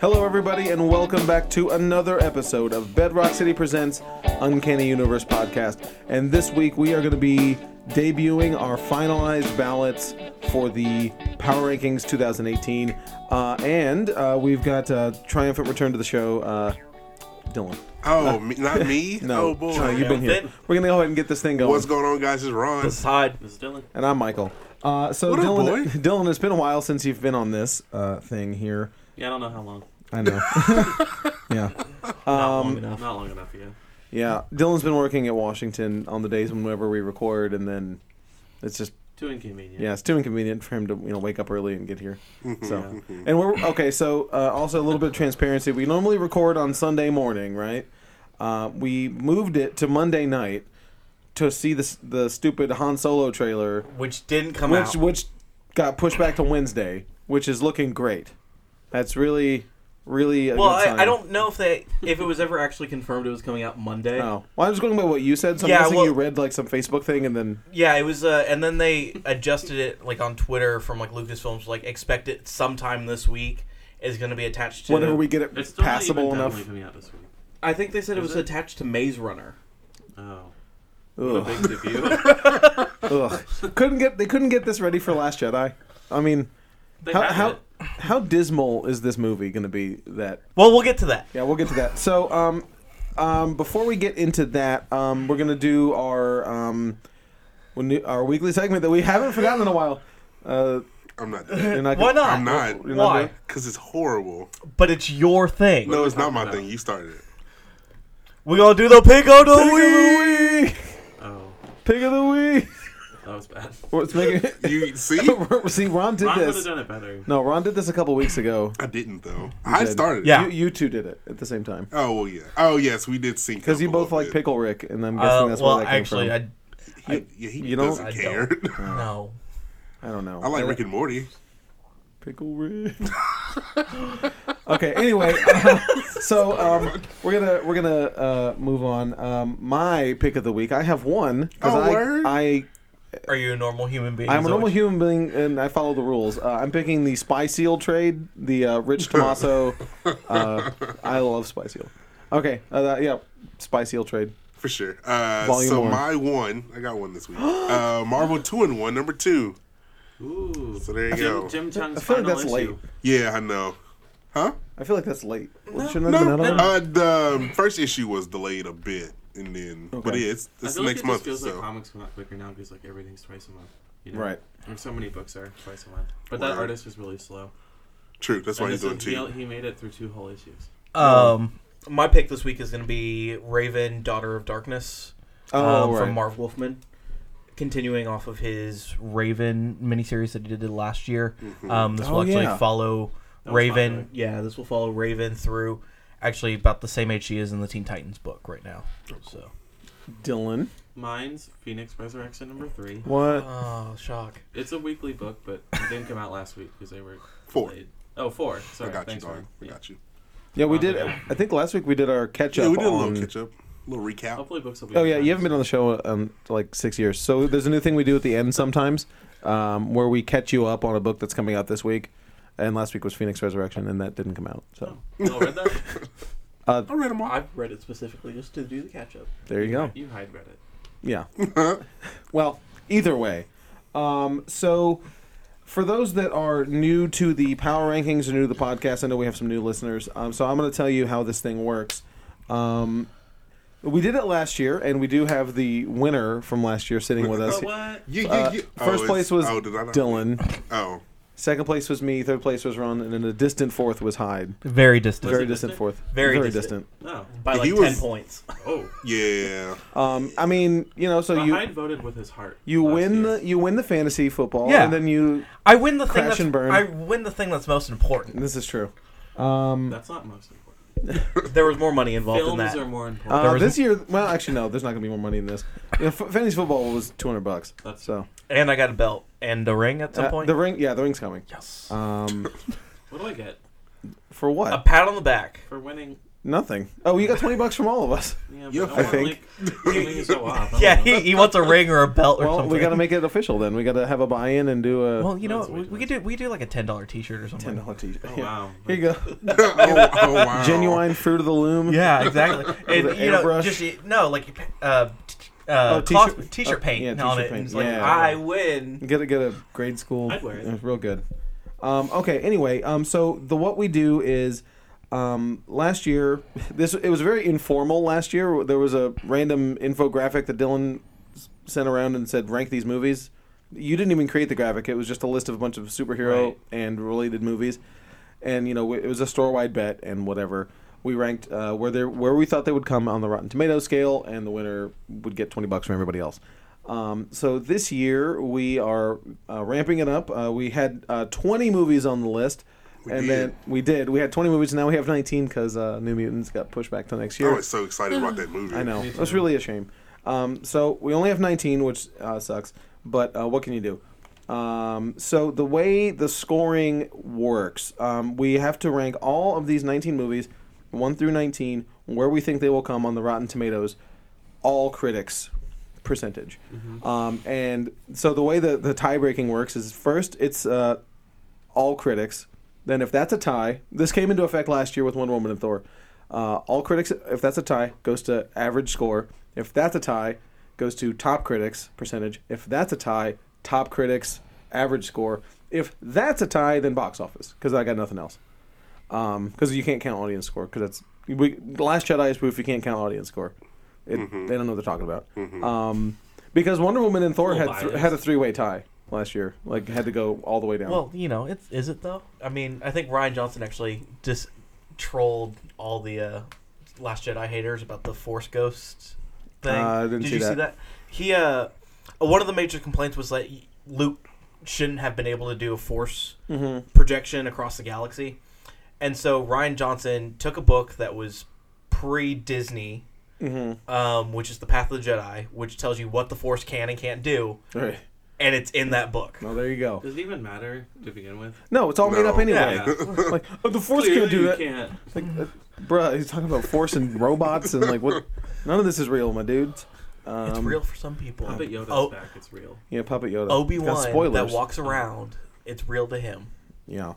Hello, everybody, and welcome back to another episode of Bedrock City Presents Uncanny Universe Podcast. And this week we are going to be debuting our finalized ballots for the Power Rankings 2018. Uh, and uh, we've got uh, triumphant return to the show, uh, Dylan. Oh, me, not me. No, oh boy, no, you've been here. We're going to go ahead and get this thing going. What's going on, guys? It's Ron. This is Hyde. This is Dylan. and I'm Michael. Uh, so, What up, Dylan, boy? Dylan, it's been a while since you've been on this uh, thing here. Yeah, I don't know how long. I know. yeah. Um, Not long enough. Not long enough. Yeah. Yeah, Dylan's been working at Washington on the days whenever we record, and then it's just Too inconvenient. yeah, it's too inconvenient for him to you know wake up early and get here. Mm-hmm. So, and we're okay. So uh, also a little bit of transparency. We normally record on Sunday morning, right? Uh, we moved it to Monday night to see the s- the stupid Han Solo trailer, which didn't come which out. which got pushed back to Wednesday, which is looking great. That's really really a well, good sign. I, I don't know if they if it was ever actually confirmed it was coming out Monday. Oh, well, I was going by what you said. So I'm Yeah, guessing well- you read like some Facebook thing and then Yeah, it was, uh, and then they adjusted it like on Twitter from like Lucasfilms, like expect it sometime this week is going to be attached to. whenever we get it It's still passable not even enough. definitely coming out this week. I think they said it Is was it? attached to Maze Runner. Oh. What a Ugh, big debut. ugh. Couldn't get they couldn't get this ready for Last Jedi. I mean, They how have how, it. how dismal is this movie going to be? That Well, we'll get to that. yeah, we'll get to that. So um, um, before we get into that, um, we're gonna do our um, when you- our weekly segment that we haven't forgotten in a while. Uh, I'm not. you're Why not? I'm not. You're Why? doing- Because it's horrible. But it's your thing. No, it's not my about? thing. You started it. We're gonna do the pick of the Pig of the week. week. Oh, Pig of the week. that was bad. Well, it's making. You see? See, Ron did Ron would have this. done it better. No, Ron did this a couple weeks ago. I didn't though. I did. started. it. Yeah. You, you two did it at the same time. Oh well, yeah. Oh yes, we did sync. Because up you a both little like bit. Pickle Rick, and I'm guessing Uh, that's well, where that came actually, from. I He, yeah, he you don't- doesn't I care. no. I, don't know. I like Rick and Morty. Pickle Rick. okay. Anyway, uh, so um, we're gonna we're gonna uh, move on. Um, my pick of the week. I have one because Oh, I, word? I Are you a normal human being? I'm Is a that normal what you- human being and I follow the rules. Uh, I'm picking the Spy Seal trade. The uh, Rich Tomaso. uh, I love Spy Seal. Okay. Uh, that, yeah. Spy Seal trade. For sure. Uh, Volume so one. my one, I got one this week. uh, Marvel two and one, number two. Ooh. So there you go. Jim, Jim Chung's I feel like final that's late. issue. Yeah, I know. Huh? I feel like that's late. Shouldn't that have No, been out already? uh, the um, first issue was delayed a bit, and then but Okay. yeah, it's, I it's feel like next it month. just feels So like comics come out quicker now because like everything's twice a month. You know? Right. There's so many books are twice a month. But Right. that artist was really slow. true. That's why And he's doing this is- two. He, he made it through two whole issues. Um, my pick this week is gonna be Raven, Daughter of Darkness. Oh, um, right. from Marv Wolfman, continuing off of his Raven miniseries that he did last year. Um, this will Oh, actually yeah. follow was my pick. Raven. Yeah, this will follow Raven through actually about the same age she is in the Teen Titans book right now. So, Dylan. Mine's Phoenix Resurrection number three. What? oh shock! It's a weekly book, but it didn't come out last week because they were Four. delayed. Oh, four. I Sorry. got you, Thanks, dog. Ryan. I Yeah. got you. Yeah, we Uh, did. yeah. I think last week we did our catch up. Yeah, we did a on- little catch up, a little recap. Hopefully, books will be. Oh on yeah, time. you haven't been on the show um like six years. So there's a new thing we do at the end sometimes, um, where we catch you up on a book that's coming out this week, and last week was Phoenix Resurrection, and that didn't come out. So Oh. You all read that? I read them all. I've read it specifically just to do the catch up. there you go. You hide read it. Yeah. well, either way. Um, so, for those that are new to the power rankings or new to the podcast, I know we have some new listeners. Um, so, I'm going to tell you how this thing works. Um, we did it last year, and we do have the winner from last year sitting with us. But what? You, you, Uh, you. first Oh, it's- place was oh, did I not- Dylan. Oh, Second place was me. Third place was Ron, and then a distant fourth was Hyde. Very distant, Very it distant distant? fourth. Very distant. distant. No. by like He ten was- points. Oh. yeah. Um, I mean, you know, so But you Hyde voted with his heart. you last win year. the you win the fantasy football, Yeah. and then you. I win the thing. Crash That's, and burn. I win the thing that's most important. This is true. Um, That's not most important. There was more money involved in Films that. are more important. Uh, was this year, well, actually, no. There's not gonna be more money in this. You know, f- fantasy football was 200 bucks. That's- so And I got a belt and a ring at some uh, point. the ring, yeah, the ring's coming. yes. Um, what do I get for what? a pat on the back. for winning? Nothing. Oh, you got twenty bucks from all of us. Yeah, Yeah, but I I think. think something to go off. I Yeah, don't know. he, he wants a ring or a belt or Well, something. we got to make it official then. We got to have a buy-in and do a Well, you know, That's what, we, way too we could do we could do like a ten dollar T shirt or ten something. dollar T-shirt. Oh, Yeah. wow. Here you go. oh, oh, wow. Genuine fruit of the loom. Yeah, exactly. The and, you know, airbrush. just no like uh, t- uh, Oh, cloth- t-shirt- t-shirt oh, paint yeah, on t-shirt it. paint. And it's like Yeah. I win. Get a get a grade school. I'd wear it. was real good. Um, okay. Anyway, um, so the what we do is um, last year this it was very informal. Last year there was a random infographic that Dylan s- sent around and said rank these movies. You didn't even create the graphic. It was just a list of a bunch of superhero Right. and related movies, and you know it was a store wide bet and whatever. We ranked uh, where they where we thought they would come on the Rotten Tomato scale, and the winner would get twenty bucks from everybody else. Um, so this year we are uh, ramping it up. Uh, we had uh, twenty movies on the list, We and did. then we did. We had twenty movies. Now we have nineteen because uh, New Mutants got pushed back to next I year. was so excited about that movie. I know. Oh, Me That's too. really a shame. Um, so we only have 19, which uh, sucks. But uh, what can you do? Um, so the way the scoring works, um, we have to rank all of these 19 movies, 1 through 19, where we think they will come on the Rotten Tomatoes, all critics percentage. Mm-hmm. Um, and so the way the, the tie breaking works is first it's uh, all critics. Then if that's a tie, this came into effect last year with Wonder Woman and Thor. Uh, all critics, if that's a tie, goes to average score. If that's a tie, goes to top critics percentage. If that's a tie, top critics average score. If that's a tie, then box office because I got nothing else. Because you can't count audience score because that's we, The Last Jedi is proof you can't count audience score. It, They don't know what they're talking about. Um, because Wonder Woman and Thor Little had th- biased. had a three way tie last year, like had to go all the way down. Well, you know, it's is it though? I mean, I think Ryan Johnson actually just trolled all the uh, Last Jedi haters about the Force ghosts thing. Uh, I didn't Did see you see that. that? He uh, one of the major complaints was that Luke shouldn't have been able to do a Force Mm-hmm. projection across the galaxy, and so Ryan Johnson took a book that was pre Disney. Mm-hmm. Um, which is the Path of the Jedi, which tells you what the Force can and can't do, all right. and it's in that book. Well, there you go. Does it even matter to begin with? No, it's all made No. up anyway. Yeah. Like oh, the force Clearly can't do you that. can't. Like, uh, bruh, he's talking about force and robots and like what? None of this is real, my dude. Um, It's real for some people. Puppet Yoda's Oh, back. It's real. Yeah, Puppet Yoda. Obi Got Wan that Spoilers. walks around. It's real to him. Yeah.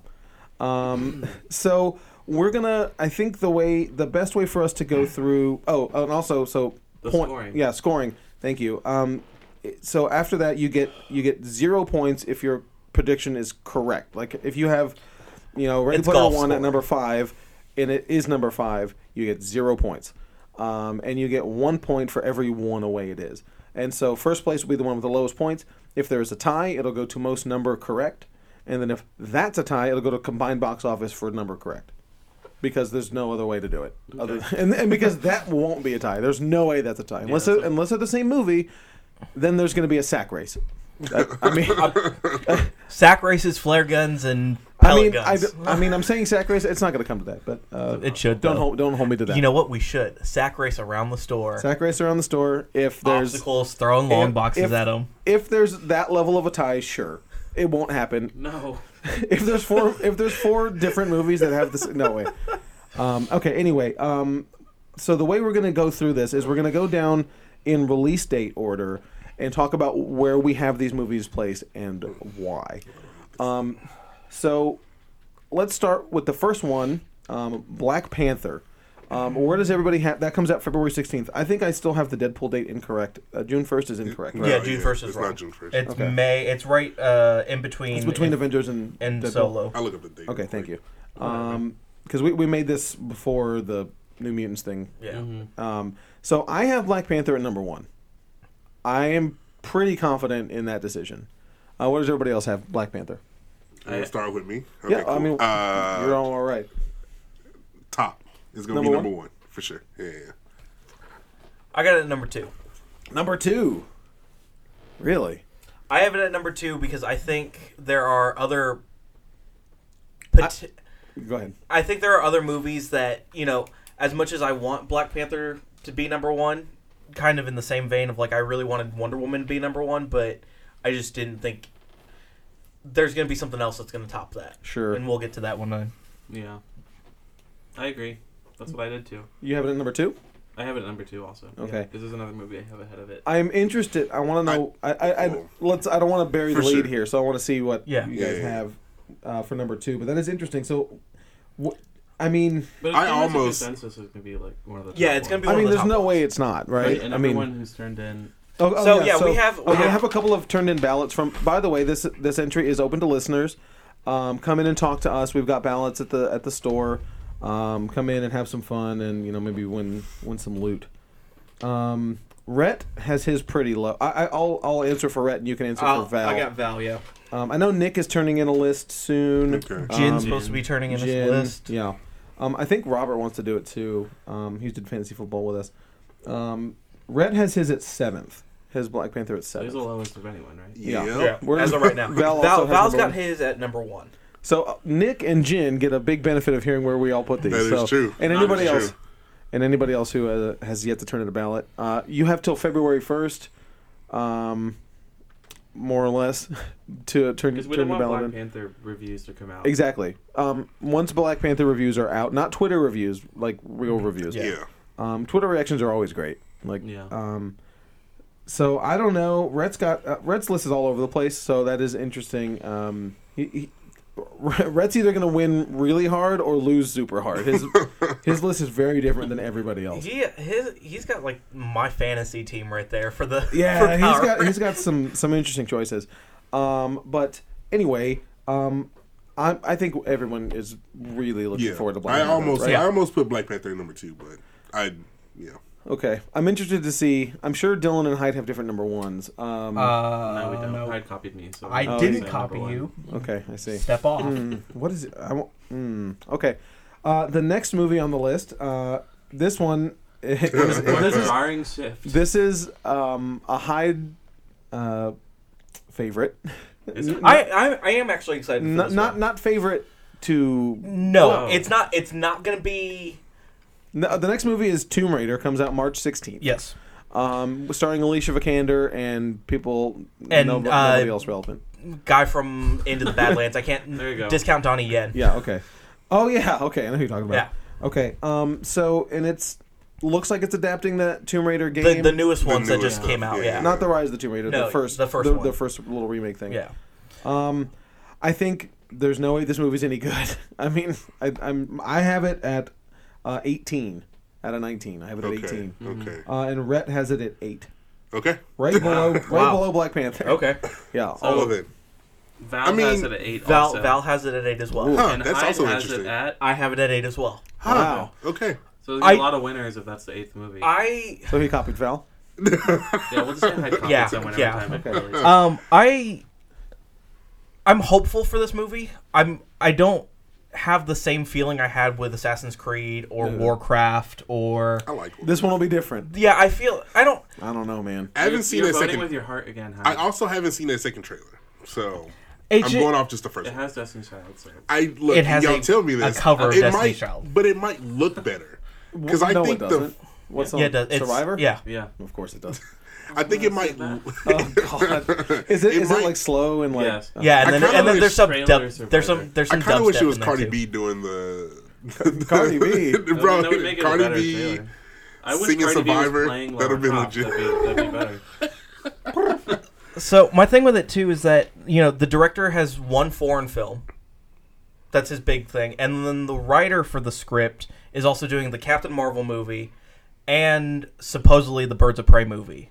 Um, so we're gonna. I think the way the best way for us to go through. Oh, and also so The scoring. Yeah, scoring. Thank you. Um, it- so after that, you get you get zero points if your prediction is correct. Like if you have, you know, Ready It's Player One golf at scoring. number five, and it is number five, you get zero points. Um, and you get one point for every one away it is. And so first place will be the one with the lowest points. If there is a tie, it'll go to most number correct. And then if that's a tie, it'll go to combined box office for number correct. Because there's no other way to do it. Other and, and because that won't be a tie. The's no way that's a tie. Unless, that's they're, unless they're the same movie, then there's going to be a sack race. I, I mean, Sack races, flare guns, and I pellet mean, I, guns. I mean, I'm saying sack race. It's not going to come to that, but uh, it should. don't though. hold, don't hold me to that. You know what? We should sack race around the store. sack race around the store. If there's obstacles, throwing long if- boxes if- at them. if there's that level of a tie, sure, it won't happen. No. If there's four, if there's four different movies that have this, no way. Um, okay, anyway, um, so the way we're gonna go through this is we're gonna go down in release date order and talk about where we have these movies placed and why. Um, so let's start with the first one, um, Black Panther. Um, where does everybody have that? Comes out February sixteenth. I think I still have the Deadpool date incorrect. Uh, June first is incorrect. No, Right? Yeah, June 1st is It's wrong. not June 1st. It's Okay. May. It's right uh, in between. It's between and, Avengers and and Deadpool. Solo. I look up the date. Okay, thank you. Because we, we made this before the New Mutants thing. Yeah. Um, so I have Black Panther at number one. I am pretty confident in that decision. Uh, what does everybody else have? Black Panther. You wanna start with me. Okay, yeah, I cool. mean, uh, you're all all right. top. It's gonna Number be one? number one? for sure. Yeah, yeah, yeah. I got it at number two. Number two. Really? I have it at number two because I think there are other. Pot- Go ahead. I think there are other movies that you know, as much as I want Black Panther to be number one, kind of in the same vein of like I really wanted Wonder Woman to be number one, but I just didn't think there's gonna be something else that's gonna top that. Sure. and we'll get to that one. Then. Yeah. I agree. That's what I did too. You have it at number two. I have it at number two also. Okay. This is another movie I have ahead of it. I'm interested. I want to know. I, I, I, Cool. let's. I don't want to bury the For lead sure. here, so I want to see what Yeah. you Yeah, guys yeah, yeah. have uh, for number two. But that is interesting. So, wh- I mean, But I I almost almost- consensus is gonna be like one of the. Yeah, top it's gonna be ones. I one mean, of the there's top no ones. way it's not right. Right, and I everyone mean, who's turned in. oh, oh, So, yeah, we have- we okay, I have- have a couple of turned in ballots from. By the way, this this entry is open to listeners. Um, come in and talk to us. We've got ballots at the at the store. Um, come in and have some fun, and you know maybe win win some loot. Um, Rhett has his pretty low. I, I, I'll I'll answer for Rhett, and you can answer I'll- for Val. Uh, I got Val. Yeah. Um, I know Nick is turning in a list soon. Okay. Jin's Um, supposed to be turning in Jin, his list. Yeah. Um, I think Robert wants to do it too. Um, he did fantasy football with us. Um, Red has his at seventh. His Black Panther at He's seventh. the lowest of anyone, right? Yeah. Yeah, We're- as of right now, Val Val, also has Val's number got one. his at number one. So uh, Nick and Jin get a big benefit of hearing where we all put these. That is so- true. And That anybody is else, true. and anybody else who uh, has yet to turn in a ballot, uh, you have till February first, um, more or less, to turn Because we turn your don't want ballot Black in. Panther reviews to come out. Exactly. Um, once Black Panther reviews are out, not Twitter reviews, like real reviews. Yeah. Yeah. Um, Twitter reactions are always great. Like, Yeah. um, so I don't know. Red's got uh, Red's list is all over the place, so that is interesting. Um, he, he, Red's either going to win really hard or lose super hard. His his list is very different than everybody else. He his he's got like my fantasy team right there for the for Yeah, he's power. got he's got some some interesting choices. Um, but anyway, um, I I think everyone is really looking Yeah. forward to Black I Panther, almost right? I almost put Black Panther in number two, but I yeah. Okay, I'm interested to see. I'm sure Dylan and Hyde have different number ones. Um, Uh, No, we don't. Hyde copied me. So I Oh, I'm didn't saying copy number one. you. okay, I see. Step off. Mm, what is it? I won't, mm, okay, uh, the next movie on the list. Uh, this one. is- this is Barring shift. this is um, a Hyde uh, favorite. Is it? N- I, I I am actually excited. For n- this not one. not favorite to. No. no, it's not. It's not gonna be. No, uh, the next movie is Tomb Raider. Comes out March 16th. Yes, Um, starring Alicia Vikander and people And, no- uh, nobody else relevant. guy from Into the Badlands. I can't There you go. discount Donnie Yen. Yeah. Okay. Oh yeah. Okay. I know who you're talking about. Yeah. Okay. Um. So and it's looks like it's adapting that Tomb Raider The, game. the newest ones that newest just came stuff, out. yeah. Yeah, not the Rise of the Tomb Raider. No, the first. the first The, one. the first little remake thing. yeah. Um, I think there's no way this movie's any good. I mean, I, I'm I have it at uh, 18 out of 19. I have it at Okay. 18. Okay. Uh, and Rhett has it at eight, Okay. right below, right Wow. Oh. below Black Panther. Okay. Yeah. So- All of it. Oh, Val I mean, has it at eight. Val also. Val has it at eight as well. Huh, and that's Hyde also has interesting. it at. I have it at eight as well. Huh, Oh, Wow. Okay. So there's gonna be a I- lot of winners if that's the eighth movie. I So he copied Val. yeah, we'll just say Hyde copied Yeah, someone yeah. every time. it Okay. Uh, releases. Um, I I'm hopeful for this movie. I'm I don't have the same feeling I had with Assassin's Creed or Warcraft or I like it. This one will be different. yeah. I feel I don't. I don't know, man. I haven't You're- seen you're that voting second. with your heart again. Hyde. I also haven't seen that second trailer, so It, I'm ju- going off just the first it one. has Destiny's Child. So. I look. It has y'all a- tell me a this. cover of it Destiny's might, Child. but it might look better because I no, think it the doesn't. What's yeah, on it does. It's, Survivor? Yeah, Yeah. Of course it does. I think it might. Oh God! Is it, It is it might- like slow and like? uh, Yes. yeah. I And then kinda and then wish there's some Trailer dub, Survivor. there's some there's I some kind of wish dubstep it was in there, Cardi too. B doing the. Cardi B. bro. that would make it a Cardi better B. trailer. I wish singing Cardi B Survivor, was playing that'd Lara have been Croft, legit. That'd be, that'd be better. So my thing with it too is that you know the director has one foreign film. That's his big thing, and then the writer for the script is also doing the Captain Marvel movie, and supposedly the Birds of Prey movie.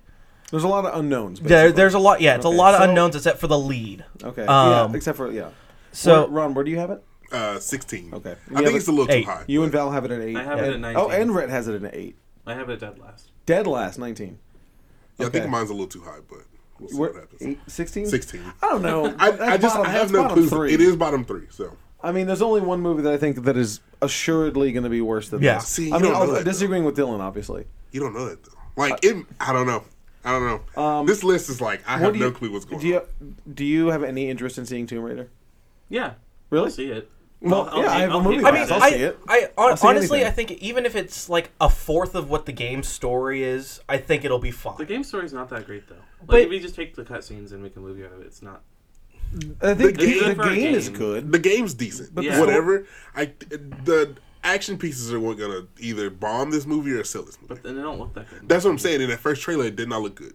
There's a lot of unknowns. There, basically. there's a lot. Yeah, it's Okay, a lot of so- unknowns except for the lead. Okay. Um, yeah, except for yeah. So Where- Ron, where do you have it? Uh, 16. Okay. We I have think a- it's a little Eight. too high. You and Val have it at eight. I have it and, at 19. Oh, and Rhett has it at an eight. I have it dead last. Dead last nineteen. Yeah, I okay. think mine's a little too high, but we'll see what We're happens. eight, 16? 16. I don't know. I, That's I just bottom- I that's have no bottom clue. Three. It is bottom three, so I mean, there's only one movie that I think that is assuredly going to be worse than Yeah. this. See, I you mean, don't know although- that, though. disagreeing with Dylan, obviously. you don't know that though. Like it, I don't know. I don't know. Uh, Um, this list is like I have do no you- clue what's going Do you do you have any interest in seeing Tomb Raider? Yeah. Really? I'll see it. Well, I'll- I'll yeah, I hate- have a I'll movie hate I pass. mean, I'll I, see it. I, I'll see honestly, anything. I think even if it's like a fourth of what the game story is, I think it'll be fine. The game story's not that great though. Like But- if we just take the cutscenes and make a movie out of it, it's not. I think The the, game- the for a game is game. good. on. The game's decent, But the whatever. I the action pieces are what gonna either bomb this movie or sell this movie. But then they don't look that good. That's what I'm saying. In that first trailer, it did not look good.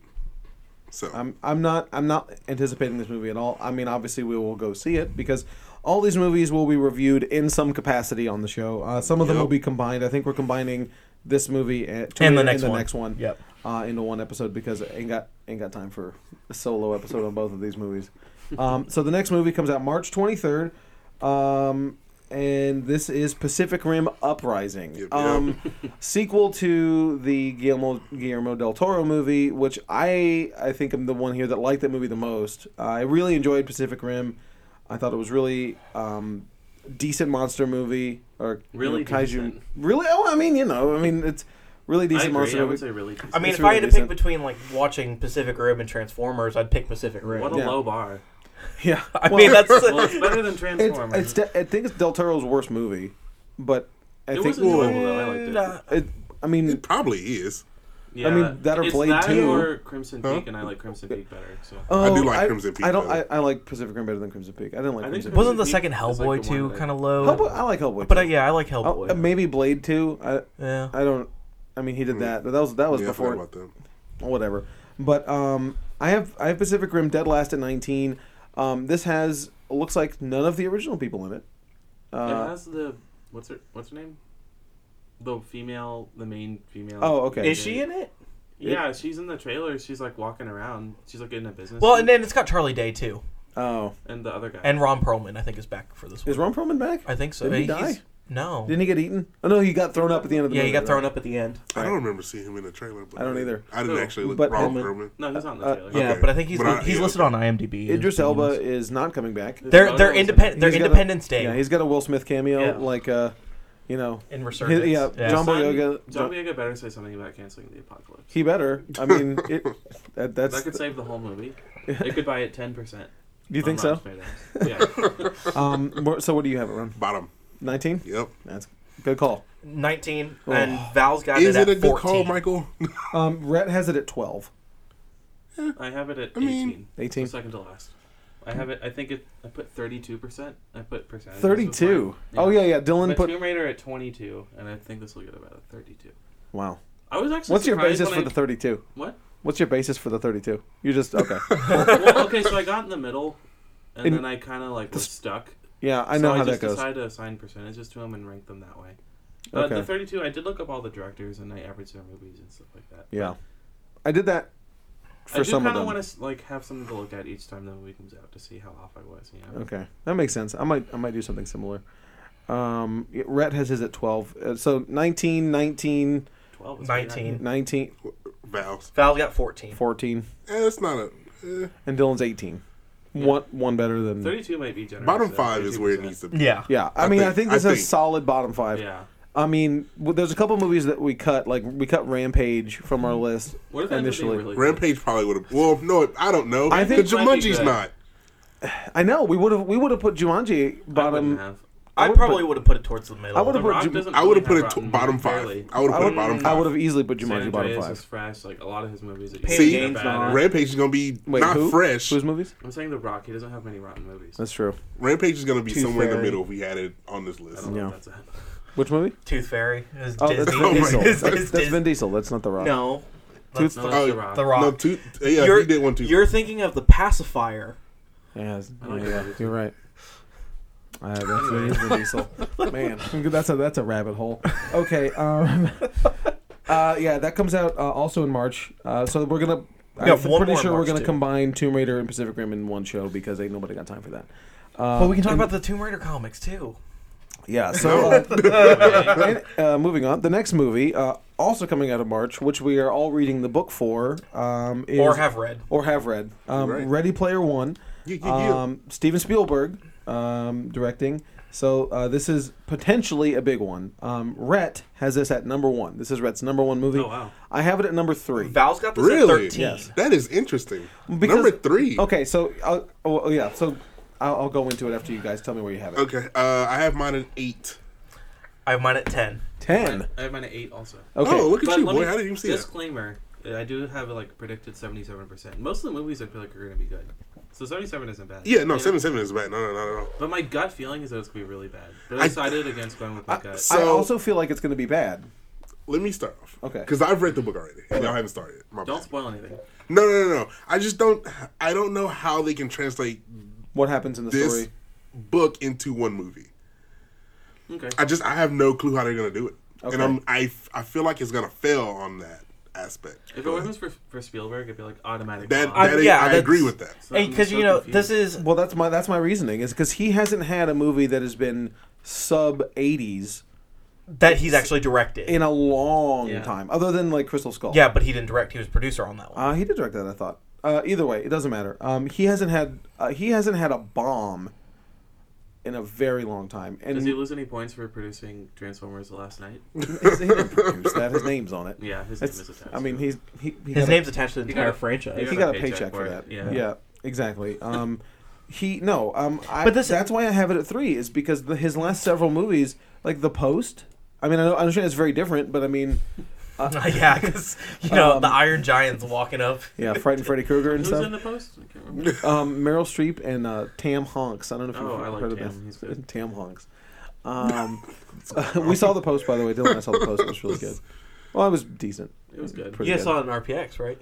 So I'm I'm not I'm not anticipating this movie at all. I mean, obviously we will go see it because all these movies will be reviewed in some capacity on the show. Uh, some of them Yep. will be combined. I think we're combining this movie and, And the next and the one. next one Yep. uh, into one episode because I ain't got ain't got time for a solo episode on both of these movies. Um, so the next movie comes out March 23rd, um, and this is Pacific Rim Uprising, Yep. um, sequel to the Guillermo Guillermo del Toro movie, which I I think I'm the one here that liked that movie the most. I really enjoyed Pacific Rim. I thought it was really um, decent monster movie or you know, Really kaiju. decent. Really, oh, I mean, you know, I mean, it's really I decent agree. monster I movie. would say really. Decent. I mean, It's if really I had to decent. pick between like watching Pacific Rim and Transformers, I'd pick Pacific Rim. what a yeah. low bar. yeah, I mean, that's Well, it's better than It's, Transformers. it's de- I think it's Del Toro's worst movie, but I It think was enjoyable, though. I liked it. Uh, it, I mean, it probably is. yeah, mean, that or it's Blade that 2. or Crimson Huh? Peak, and I like Crimson Peak better. So oh, do like Crimson Peak I don't. I, better. I like Pacific Rim better than Crimson Peak. I didn't like I think Crimson Peak. wasn't the Peak second is, like, the Hellboy one two that- kind of low? Hellboy, I like Hellboy, but uh, too. yeah, I like Oh, Hellboy. uh, maybe Blade Two. I yeah. I don't. I mean, he did that, but that was that was Hmm. Yeah, I forgot before about them. whatever. But um, I have I have Pacific Rim Dead Last at nineteen. Um, this has looks like none of the original people in it. it Uh, has the what's her what's her name? The female, the main female. Oh, okay. Is she in it? Yeah, she's in the trailer. She's like walking around. She's like in a business. Well, suit. and then it's got Charlie Day too, oh, and the other guy. and Ron Perlman. I think is back for this one. is Ron Perlman back? I think so. Didn't he He's- die? No. Didn't he get eaten? Oh no, he got thrown up at the end of the yeah, movie. he got right? thrown up at the end. I don't remember seeing him in the trailer. But I don't either. I didn't Who? actually look. But- Ron Hellman. Perlman. no, he's not in the uh, trailer. Yeah, Okay. but I think he's But I- he's yeah, listed okay. on IMDb. Idris as being Elba listed. is not coming back. His They're photo they're was in independent. it. They're He's got a- Independence Day. Yeah, he's got a Will Smith cameo, Yeah. like uh, you know, in his, resurgence. yeah, John Son, Boyega. John Boyega better say something about canceling the apocalypse. He better. I mean, it, that, that's. That could save the whole movie. It could buy it ten percent. do you think so? Yeah. Um, more- so what do you have it run? Bottom. Nineteen. Yep. That's good call. Nineteen, Oh. and Val's got Is it it a at good call, fourteen. Michael? Um, Rhett has it at twelve. I have it at I mean- eighteen. Eighteen. Second to last. I have it. I think it. I put thirty-two percent. I put percent. Thirty-two. Oh yeah, yeah. My Dylan put. Tomb Raider at twenty-two, and I think this will get about a thirty-two. Wow. I was actually. What's your surprised basis for when I- the thirty-two? What? What's your basis for the thirty-two? You just okay. well, okay, so I got in the middle, and In- then I kind of like was stuck. Yeah, I know so how I that just goes. decided to assign percentages to them and rank them that way. But Okay. the 32, I did look up all the directors and I averaged their movies and stuff like that. Yeah, I did that for I do some of kind them. of want to like have something to look at each time the movie comes out to see how off I was. You know, Okay, that makes sense. I might I might do something similar. Um, yeah, Rhett has his at 12. Uh, so 19, 19, 12, is 19. 19, Valves. Val's got fourteen. 14, Eh, it's not a. eh. and Dylan's 18. One one better than 32 might be generous. Bottom though, five is where it 32%. needs to be. Yeah. Yeah, I, I mean, think- I think this I is think- solid bottom five. Yeah. I mean, w- there's a couple movies that we cut, like we cut Rampage from our list Mm-hmm. What if that initially. initially really good? Rampage probably would have. Well, no, I don't know. I I think- think Might be Jumanji's good. not. I know we would have we would have put Jumanji I wouldn't bottom. have. I would've probably would have put it towards the middle. I would've The put Rock Jum- doesn't I would have really put it to rotten bottom movies, barely. five. I would I have put would, it bottom I five. would have easily put San Jumanji bottom Andreas is five. fresh. Like a lot of his movies. Are Pain See, either Gain's bad not- or- Rampage is gonna be Wait, not who? fresh. Whose movies? I'm saying The Rock. He doesn't have many rotten movies. That's true. Rampage is gonna be Tooth somewhere in the Fairy. middle if we had it on this I list. don't know Yeah. if that's a, Which movie? Tooth Fairy is Oh, that's Disney. Vin Oh my is, Diesel. God. is, That's is that's Vin Disney. Diesel. That's not the Rock. No. Tooth- That's no, not that's Oh, The Rock. the Rock. No, two. Yeah, You're- he did one too. You're thinking of the pacifier. Yeah, I like yeah, that yeah, movie, too. you're right. I have Vin Diesel. Man, that's a that's a rabbit hole. Okay. Um, uh, yeah, that comes out uh, also in March. Uh, so we're gonna. Yeah, I'm one pretty more in sure we're March, gonna too. combine Tomb Raider and Pacific Rim in one show because ain't nobody got time for that. Uh, But we can talk and- about the Tomb Raider comics too. yeah. So uh, and, uh, moving on, the next movie uh, also coming out of March, which we are all reading the book for, um, is, Or have read. or have read. Um, Right. Ready Player One. Yeah, yeah, yeah. Um, Steven Spielberg um, directing. So uh, this is potentially a big one. Um, Rhett has this at number one. This is Rhett's number one movie. Oh, wow. I have it at number three. Val's got this at Really? thirteen. Yes. That is interesting. Because- Number three. Okay, so I'll, oh oh, yeah, so I'll, I'll go into it after you guys tell me where you have it. Okay. Uh, I have mine at eight. I have mine at ten. Ten. I have mine at eight also. Okay. Oh, look at But you, let boy! me- uh, How did you see that? disclaimer, I do have like predicted seventy-seven percent. Most of the movies I feel like are going to be good. So seventy-seven isn't bad. Yeah, no, You know? seven seven is bad. No, no, no, no, no. But my gut feeling is that it's gonna be really bad. But I- I decided against going with my I- gut. I So- also feel like it's going to be bad. Let me start off. Okay. Because I've read the book already, and y'all haven't started. My Don't bad. spoil anything. No, no, no, no. I just don't. I don't know how they can translate What happens in the this story? book into one movie. Okay. I just I have no clue how they're gonna do it, Okay. and I'm I, I feel like it's gonna fail on that aspect. If it wasn't for, for Spielberg, it'd be like automatic. that, bomb. I- that is- yeah, I that's- agree with that. So I'm Because so you know confused. this is Well, that's my that's my reasoning is because he hasn't had a movie that has been sub 80s that he's actually directed. in a long Yeah. time, other than like Crystal Skull. yeah, but he didn't direct. He was producer on that one. Uh, he did direct that. I thought. Uh, either way, it doesn't matter. Um, he hasn't had uh, he hasn't had a bomb in a very long time, and Does he, he lose any points for producing Transformers the last night? didn't produce that. His name's on it. Yeah, his It's- name is attached. I mean, he's he, he His got a- name's attached to the He entire got a- franchise. he he got a paycheck for that. it, Yeah, yeah. exactly. Um, he no. Um, I, But this- that's why I have it at three is because the, his last several movies, like The Post. I mean, I, know, I understand it's very different, but I mean, yeah, because you know Um, the Iron Giant's walking up. yeah, Frightened Freddy Krueger and who's stuff. in the post? I can't remember. um, Meryl Streep and uh, Tam Honks. I don't know if you've Oh, I like heard of Tam. him. He's good. Tam Honks. Um, we saw the post, by the way. Dylan and I saw the post. It was really good. Well, it was decent. It was good. Pretty You good. saw it on RPX, right?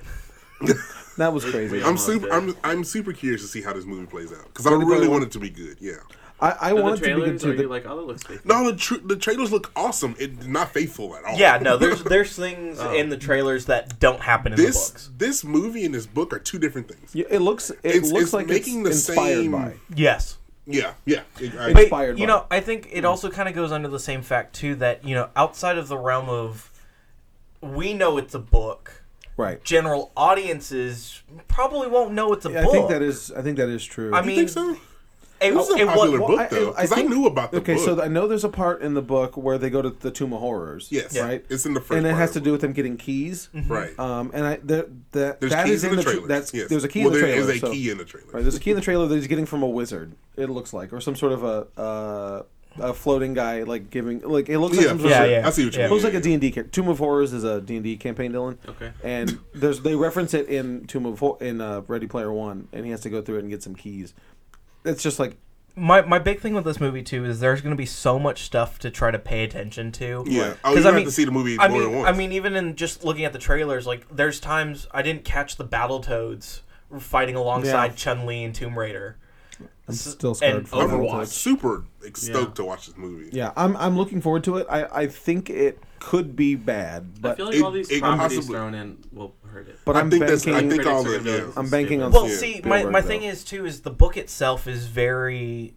That was crazy. Yeah. I'm Almost super. there. I'm I'm super curious to see how this movie plays out because I really want it to be good. Yeah. I, I Are wanted the to be good trailers, too. are you The- like, oh, that looks fake? No, the tr- the trailers look awesome. It's not faithful at all. Yeah, no, there's there's things Oh. in the trailers that don't happen in the This books. this movie and this book are two different things. Yeah, it looks. It It's- looks it's like making it's the inspired same- by. Yes. Yeah, yeah. I- I- Wait, But, Inspired you by. Mm. know, I think it also kind of goes under the same fact too that you know, outside of the realm of, we know it's a book. Right. General audiences probably won't know it's a Yeah, I book. think that is. I think that is true. I you mean, think so? it, This is it a wa- popular wa- book I- though, I because I, think- knew about the okay, book. so I know there's a part in the book where they go to the Tomb of Horrors. yes, Right. It's in the first. and it part has of to it. do with them getting keys. Mm-hmm. right. Um, and I there, that there's that keys is in in the, tr- trailer. That's yes. there's a key well, in the there trailer. is a so- key in the trailer. Right, there's a key in the trailer that he's getting from a wizard. It looks like, or some sort of a uh, a floating guy, like giving, like it looks like Yeah, some for sort Yeah, of, yeah. sure. I see what you Yeah. mean. It looks like yeah, a D and D character. Tomb of Horrors is a D and D campaign, Dylan, Okay. and there's they reference it in Tomb of Hor- in uh, Ready Player One, and he has to go through it and get some keys. It's just like my my big thing with this movie too is there's going to be so much stuff to try to pay attention to. Yeah. Oh, you're 'Cause I gonna have mean- to see the movie I more than mean, once. I mean, even in just looking at the trailers, like there's times I didn't catch the Battletoads fighting Yeah. alongside Chun Li and Tomb Raider. I'm S- still scared and for that. I'm Overwatch. super stoked Yeah. to watch this movie. yeah, I'm I'm looking forward to it. I I think it could be bad, I but feel like it- all these it properties possibly- thrown in will hurt it. but I I'm think that's- I banking think all Critics the- are gonna be yeah. like, I'm this is banking stupid. on- Well, Yeah, see, my, Spielberg, my though. thing is too is the book itself is very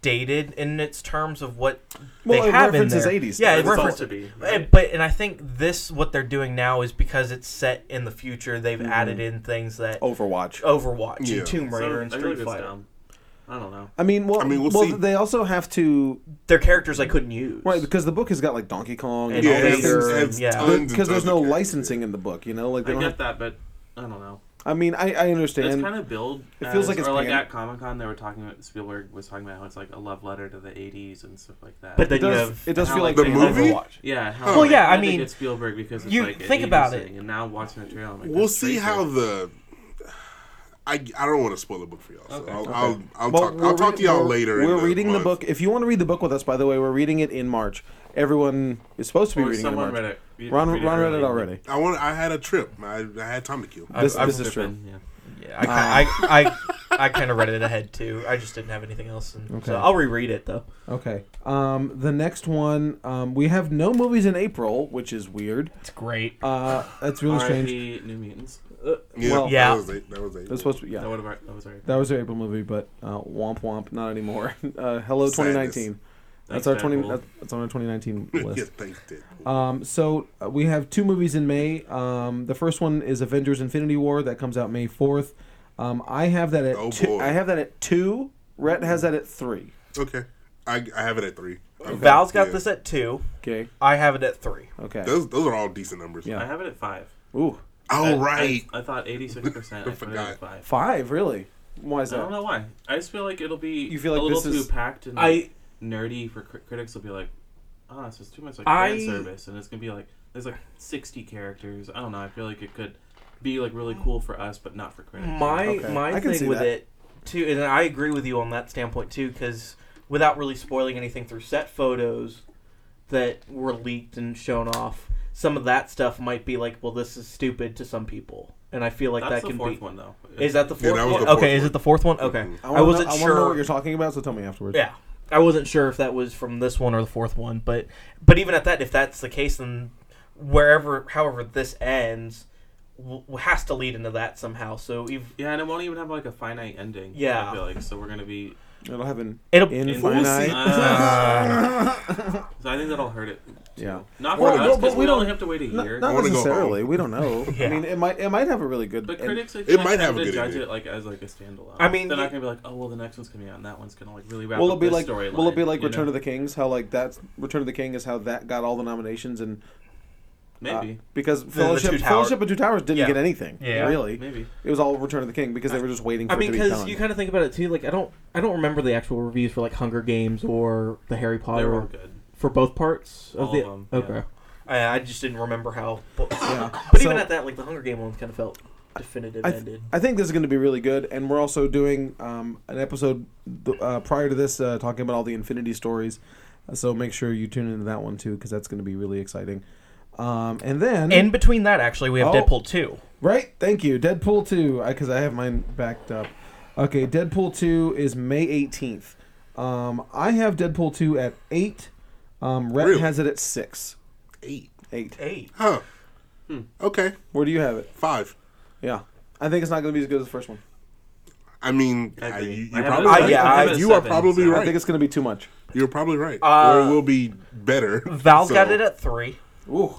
dated in its terms of what Well, they it have in references there. 80s yeah, stuff. it It's supposed references to be. Eh, right? But and I think this what they're doing now is because it's set in the future. They've Mm-hmm. added in things that Overwatch. Overwatch Yeah. and Tomb So, Raider and I feel Street like it's Fighter. dumb. I don't know. I mean, well, I mean, we'll well see. they also have to They're characters I couldn't use. right because the book has got like Donkey Kong and Yeah, all it these has- Vader it other- has yeah. tons There- and because there's tons of no characters. licensing in the book, you know. Like they I don't. Have, get that, but I don't know. I mean, I, I It's understand. kind of billed. It feels as- like it's or like pan- at Comic Con they were talking about Spielberg was talking about how it's like a love letter to the '80s and stuff like that. But then it does. you have it does how, feel like like, they the have- movie? Overwatch. yeah, how, Well, like, yeah, I think mean, it's Spielberg because it's you like an think about 80s it. thing, and now watching the trailer, I'm like, We'll that's see crazy. how the. I, I don't want to spoil the book for y'all. So Okay. I'll, Okay. I'll, I'll Well, talk we're I'll talk to reading- y'all we're- later. in We're reading the month. book. If you want to read the book with us, by the way, we're reading it in March. Everyone is supposed to be Or reading it in someone March. read it. You Ron, read it Ron read early. it already. I want. I had a trip. I, I had time to kill. I- This, I've this is Different, true. Yeah. Yeah, I, Ah. I, I, I kind of read it ahead too. I just didn't have anything else, and Okay. so I'll reread it though. Okay. Um, the next one, um, we have no movies in April, which is weird. It's great. Uh, that's really strange. RIP New Mutants. Oh, Yeah, well- Yeah. That was eight. That was eight. That's supposed to be yeah. That would have that was already. That was their April movie, but uh, womp womp, not anymore. Uh, hello, Sadness. 2019. That's Thanks, our 20. Deadpool. That's, that's on our 2019 yeah, list. thanks, Deadpool. Um, so uh, we have two movies in May. Um, the first one is Avengers: Infinity War that comes out May 4th. Um, I have that at Oh, two. boy. I have that at two. Rhett has that at three. okay, I, I have it at three. I'm- Val's got yeah. this at two. Okay. I have it at three. Okay. Those those are all decent numbers. Yeah. I have it at five. Ooh, All Oh, right. I, I thought 86. percent I put it Forgot. at five. five really? Why is I don't that? know why. I just feel like it'll be You feel like a little this is- too packed and I- nerdy for cri- critics. Will be like, oh, this is too much like I- fan service, and it's gonna be like there's like 60 characters. I don't know. I feel like it could be like really cool for us, but not for critics. My Okay. my I can see thing with that. it too, and I agree with you on that standpoint too, because without really spoiling anything through set photos that were leaked and shown off, some of that stuff might be like, well, this is stupid to some people, and I feel like That's that the can fourth be. one though. Is that the Yeah, fourth that was one? the fourth okay, is one. it the fourth one? Okay, Mhm. I, wanna wasn't know, I sure. wanna know what you're talking about, so tell me afterwards. Yeah. I wasn't sure if that was from this one or the fourth one, but but even at that, if that's the case, then wherever, however this ends, w- has to lead into that somehow. So if, Yeah, and it won't even have like a finite ending. Yeah. I feel like so we're gonna be. It'll have an it'll infinite. Ah. so I think that'll hurt it. too. Yeah. Not for Well, us well, because but we, we don't- only have to wait a Not, year. not I wanna go necessarily. home. We don't know. I Yeah. mean, it might it might have a really good. but and- critics, I It feel like, might have tend a to good judge ending. it like as like a standalone. I mean, they're y- not gonna be like, oh well, the next one's coming out and that one's gonna like really wrap will up it be this like storyline. Will it be like Return of the Kings? How like that's Return of the King is how that got all the nominations and uh, maybe because the Fellowship, Two Tower- Fellowship of Two Towers didn't Yeah. get anything. Yeah. really, maybe it was all Return of the King because they were just waiting. for I mean, it to be because done. you kind of think about it too. Like I don't, I don't remember the actual reviews for like Hunger Games or the Harry they Potter were all good. for both parts of All the. of 'em, yeah. okay. I, I just didn't remember how. But, Yeah. but So- even at that, like the Hunger Game one kind of felt definitive I, th- ended. I think this is going to be really good, and we're also doing um, an episode th- uh, prior to this uh, talking about all the Infinity stories. Uh, So make sure you tune into that one too, because that's going to be really exciting. Um, and then, Mm-hmm. In between that, actually, we have Oh. Deadpool two. right? Thank you, Deadpool two, because I have mine backed up. Okay, Deadpool two is May eighteenth. Um, I have Deadpool two at eight. Um, Rhett Really? has it at six. Eight. Eight. Eight. Huh. Okay. Where do you have it? Five. Yeah, I think it's not going to be as good as the first one. I mean, I I- agree. you, I are have probably it- right. I have it at you are seven, probably so- I think right. it's going to be too much. You're probably right. or Uh, it will be better. Val's So, got it at three. Ooh.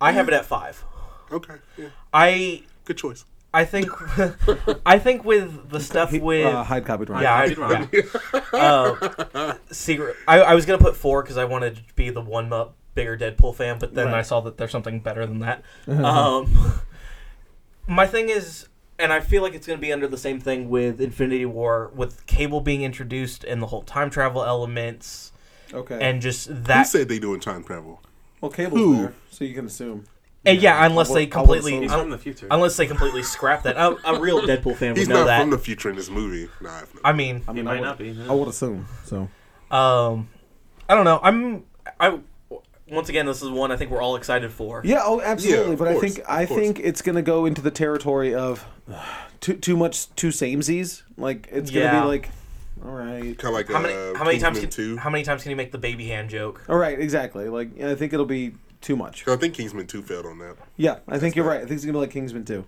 I have it at five. Okay. Yeah. I Good choice. I think I think with the stuff with Uh, hide copied Ryan. yeah, I I, did wrong. uh, secret. I, I was gonna put four because I wanted to be the one mu- bigger Deadpool fan, but then Right. Uh-huh. I saw that there's something better than that. um, my thing is, and I feel like it's gonna be under the same thing with Infinity War, with Cable being introduced and the whole time travel elements, Okay. and just Who that. said they doing time travel? Well, cable's Who? there, so you can assume. and yeah, I unless they would- I would completely. assume he's I- from the future. Unless they completely scrap that, a, a real Deadpool fan would He's know not that. from the future in this movie. Nah, I have no- I mean, I He mean, I might would, not be. I would assume. So Um, I don't know. I'm I. Once again, this is one I think we're all excited for. yeah, oh, absolutely. Yeah, of but I course, think I of course. think it's gonna go into the territory of too too much too samesies. Like it's gonna Yeah. be like, all right, Kind of like How many uh, how many times can Kingsman two. how many times can you make the baby hand joke? all Oh, right, exactly. Like I think it'll be too much. 'Cause I think Kingsman two failed on that. Yeah, I think you're right. I think it's gonna be like Kingsman two.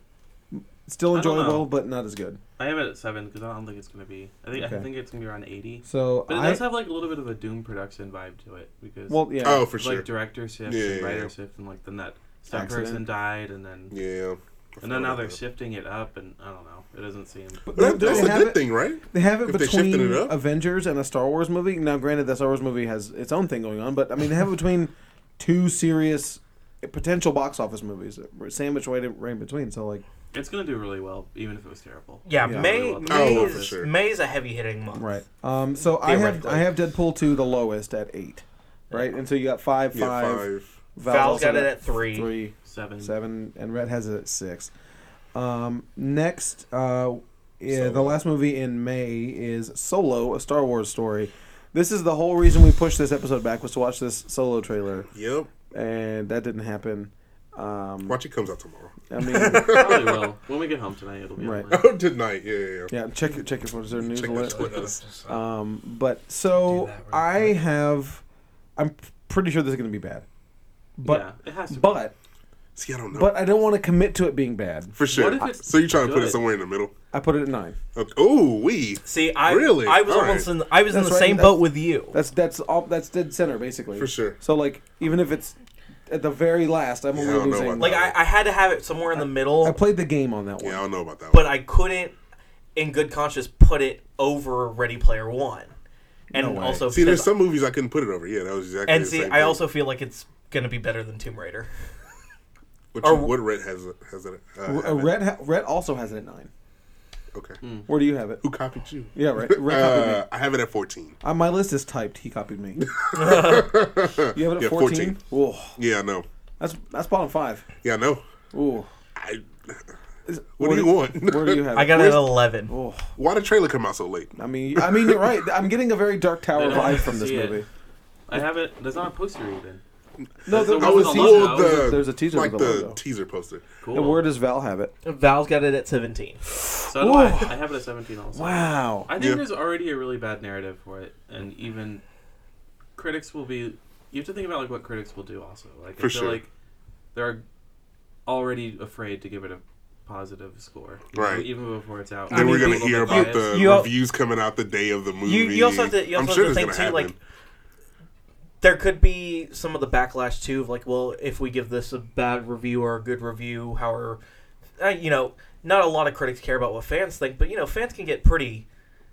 Still I don't know. enjoyable, but not as good. I have it at seven because I don't think it's gonna be. I think Okay. I think it's gonna be around eighty. So But it I does have like a little bit of a Doom production vibe to it because well, yeah, Oh, for like sure. director shift Yeah, and yeah, writer yeah. shift and like then that stunt Accident. person died and then Yeah. I and then now forgot they're about shifting it up and I don't know. It doesn't seem. But that. That- they- that's they a have good it- thing, right? They have it If they between shifted it up? Avengers and a Star Wars movie. Now, granted, that Star Wars movie has its own thing going on, but I mean, they have it between two serious potential box office movies that were sandwiched right in, right in between. So, like, It's gonna do really well even if it was terrible. Yeah, Yeah. May Oh, May, well, for is, sure. May is a heavy hitting month. right. Um, so I have I have Deadpool two the lowest at eight, right? And so you got five, Yeah, five. five. Val's also got it at three. three, Seven. seven, and Red has it at six. Um, next, uh, yeah, the Solo. last movie in May is Solo, a Star Wars story. This is the whole reason we pushed this episode back was to watch this Solo trailer, Yep. and that didn't happen. Um, Watch it comes out tomorrow. I mean, Probably will. When we get home tonight, it'll be Right. online. Oh, tonight. Yeah, yeah, yeah. yeah, check your check your photos. Their news Check alert. the Twitters. Um, but so Do that real I quick. have, I'm pretty sure this is gonna be bad, but yeah, it has to. be. but See, I don't know. but I don't want to commit to it being bad. For sure. What if it's so you're trying to put good? it somewhere in the middle? I put it at nine. Okay. Oh, we. See, I Really? I was All almost right. in the, I was in That's the right, same that's- boat with you. That's that's all. That's dead center basically. For sure. So like, even if it's at the very last, I'm Yeah, only I don't know losing. about Like I, I had to have it somewhere in the middle, I played the game on that one. Yeah, I don't know about that but one. I couldn't, in good conscience, put it over Ready Player One, and No way. also See, there's because- some movies I couldn't put it over. Yeah, that was exactly and the see, same I thing. also feel like it's gonna be better than Tomb Raider. Which or- what red has it? Has it uh, R- uh, have it? Red ha- Red also has it at nine. Okay. Where do you have it? Who copied you? Yeah, right. Red copied me. Uh, I have it at 14. Uh, my list is typed. He copied me. you have it at Yeah, 14? 14. Ooh, Yeah, I know. that's that's bottom five. Yeah, I know. Ooh. I, What, do you want? Where do you have? I it? got it at eleven. Oh, Why did trailer come out so late? I mean, I mean, you're right. I'm getting a very Dark I Tower don't vibe from this see it. movie. I have it. There's not a poster even. No, there, It I was wasn't a well, logo. the There's a teaser like with a the logo. teaser poster. Cool. and where does Val have it? Val's got it at seventeen. So do I. I have it at 17 also. Wow. I think Yeah. there's already a really bad narrative for it, and even critics will be. You have to think about like what critics will do also. Like I For feel sure. like they're already afraid to give it a positive score, Right. Even before it's out. Then mean, we're gonna people hear will be about the biased. You al- reviews coming out the day of the movie. You you also have to you I'm also sure have to that's think too gonna like happen. there could be some of the backlash too of like well if we give this a bad review or a good review how are uh, you know not a lot of critics care about what fans think but you know fans can get pretty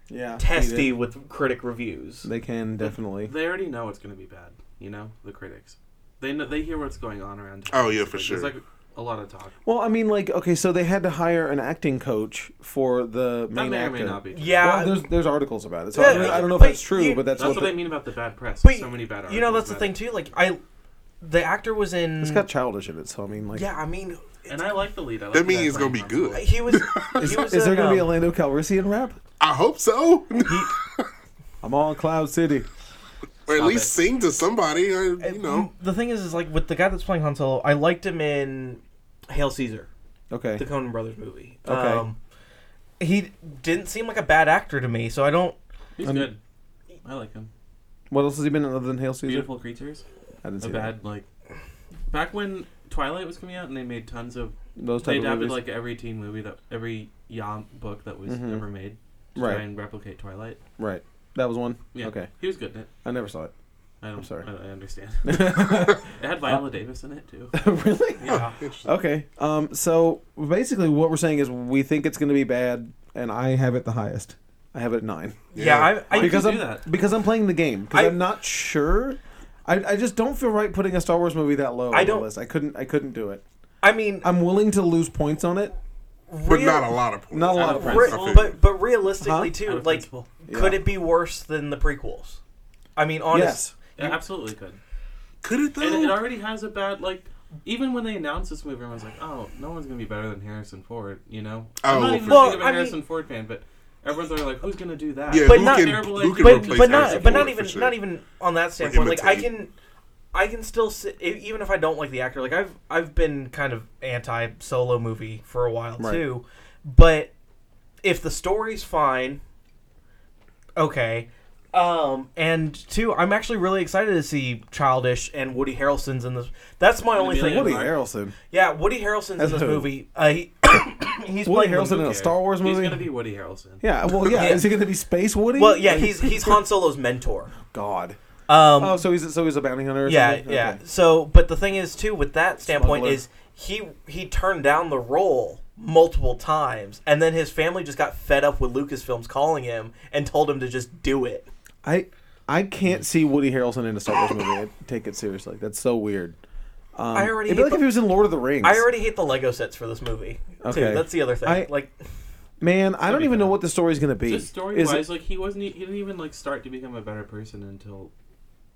Yeah. testy with critic reviews They can definitely. They already know it's going to be bad. You know the critics. They know they hear what's going on around. Oh, yeah, for Like, sure. There's like a lot of talk. Well, I mean, like, okay, so they had to hire an acting coach for the That main may or actor. may not be. true. yeah Well, there's there's articles about it, so Yeah, I, don't- I don't know if but that's true, you- but that's, That's what what the, I mean about the bad press. But so many bad. you know that's articles the about thing too like I the actor was in It's got childish in it, so I mean, like, yeah I mean it. And I like the lead. I like That the means guy it's gonna playing be Russell. good. he was he was is there in, gonna be a um, Lando Calrissian rap? I hope so. I'm all Cloud City. or at Stop least it. sing to somebody. Or, you know, the thing is is like with the guy that's playing Han Solo I liked him in Hail Caesar Okay, the Conan Brothers movie. Okay. Um, he didn't seem like a bad actor to me, so I don't. He's I'm- good. I like him. what else has he been in other than Hail Caesar? Beautiful creatures. I didn't a see bad like back when Twilight was coming out and they made tons of that. Those they type of adapted movies. like every teen movie that every Yam book that was Mhm. ever made to Right. try and replicate Twilight. right, that was one. Yeah. Okay, He was good in it. I never saw it. I don't, sorry. Uh, I, I understand. it had Viola Davis in it too. really? Yeah. Interesting. Okay. Um. So basically, what we're saying is we think it's gonna be bad, and I have it the highest. I have it at nine. Yeah, I, I, Why- because you I'm do that? because I'm playing the game because I- I'm not sure. I, I just don't feel right putting a Star Wars movie that low I on the don't- list. I couldn't I couldn't do it. I mean, I'm willing to lose points on it. but real- not a lot of points. Not a Out lot of of principle. points. I re- feel you. but but realistically Huh? Out too, of like, principle. could Yeah. it be worse than the prequels? I mean, honest. Yes. It absolutely could. Could it though? And it already has a bad like even when they announced this movie, I was like, "Oh, no one's gonna be better than Harrison Ford," you know. Oh, I'm not well, even for well, sure. of a I mean- Harrison Ford fan, but everyone's already like, "Who's gonna do that?" yeah, but who not- can, terrible who idea. can But replace but not Harrison but not Ford, for even sure. not even on that standpoint. Like I imitate. can, I can still sit, e- even if I don't like the actor. Like I've I've been kind of anti solo movie for a while Right. too, but if the story's fine, okay. Um and two, I'm actually really excited to see Childish and Woody Harrelson's in this. That's my only Amelia thing. Woody Right. Harrelson. Yeah, Woody Harrelson's As in this who? movie. Uh, he, he's Woody playing Harrelson the in movie. a Star Wars He's movie. gonna be Woody Harrelson. Yeah. Well, yeah. Yeah. Is he gonna be Space Woody? Well, yeah, Like, he's he's Han Solo's mentor. God. Um, Oh, so he's so he's a bounty hunter. Or yeah, something? yeah. Okay. So, but the thing is, too, with that standpoint, Smuggler. is he he turned down the role multiple times, and then his family just got fed up with Lucasfilms calling him and told him to just do it. I I can't see Woody Harrelson in a Star Wars movie. I take it seriously. That's so weird. Um, I already It'd be hate like the- if he was in Lord of the Rings. I already hate the Lego sets for this movie. Okay. Too. That's the other thing. I- like, Man, I don't be even know fun. what the story's gonna be. Just story Is it- wise, like he wasn't, e- he didn't even like start to become a better person until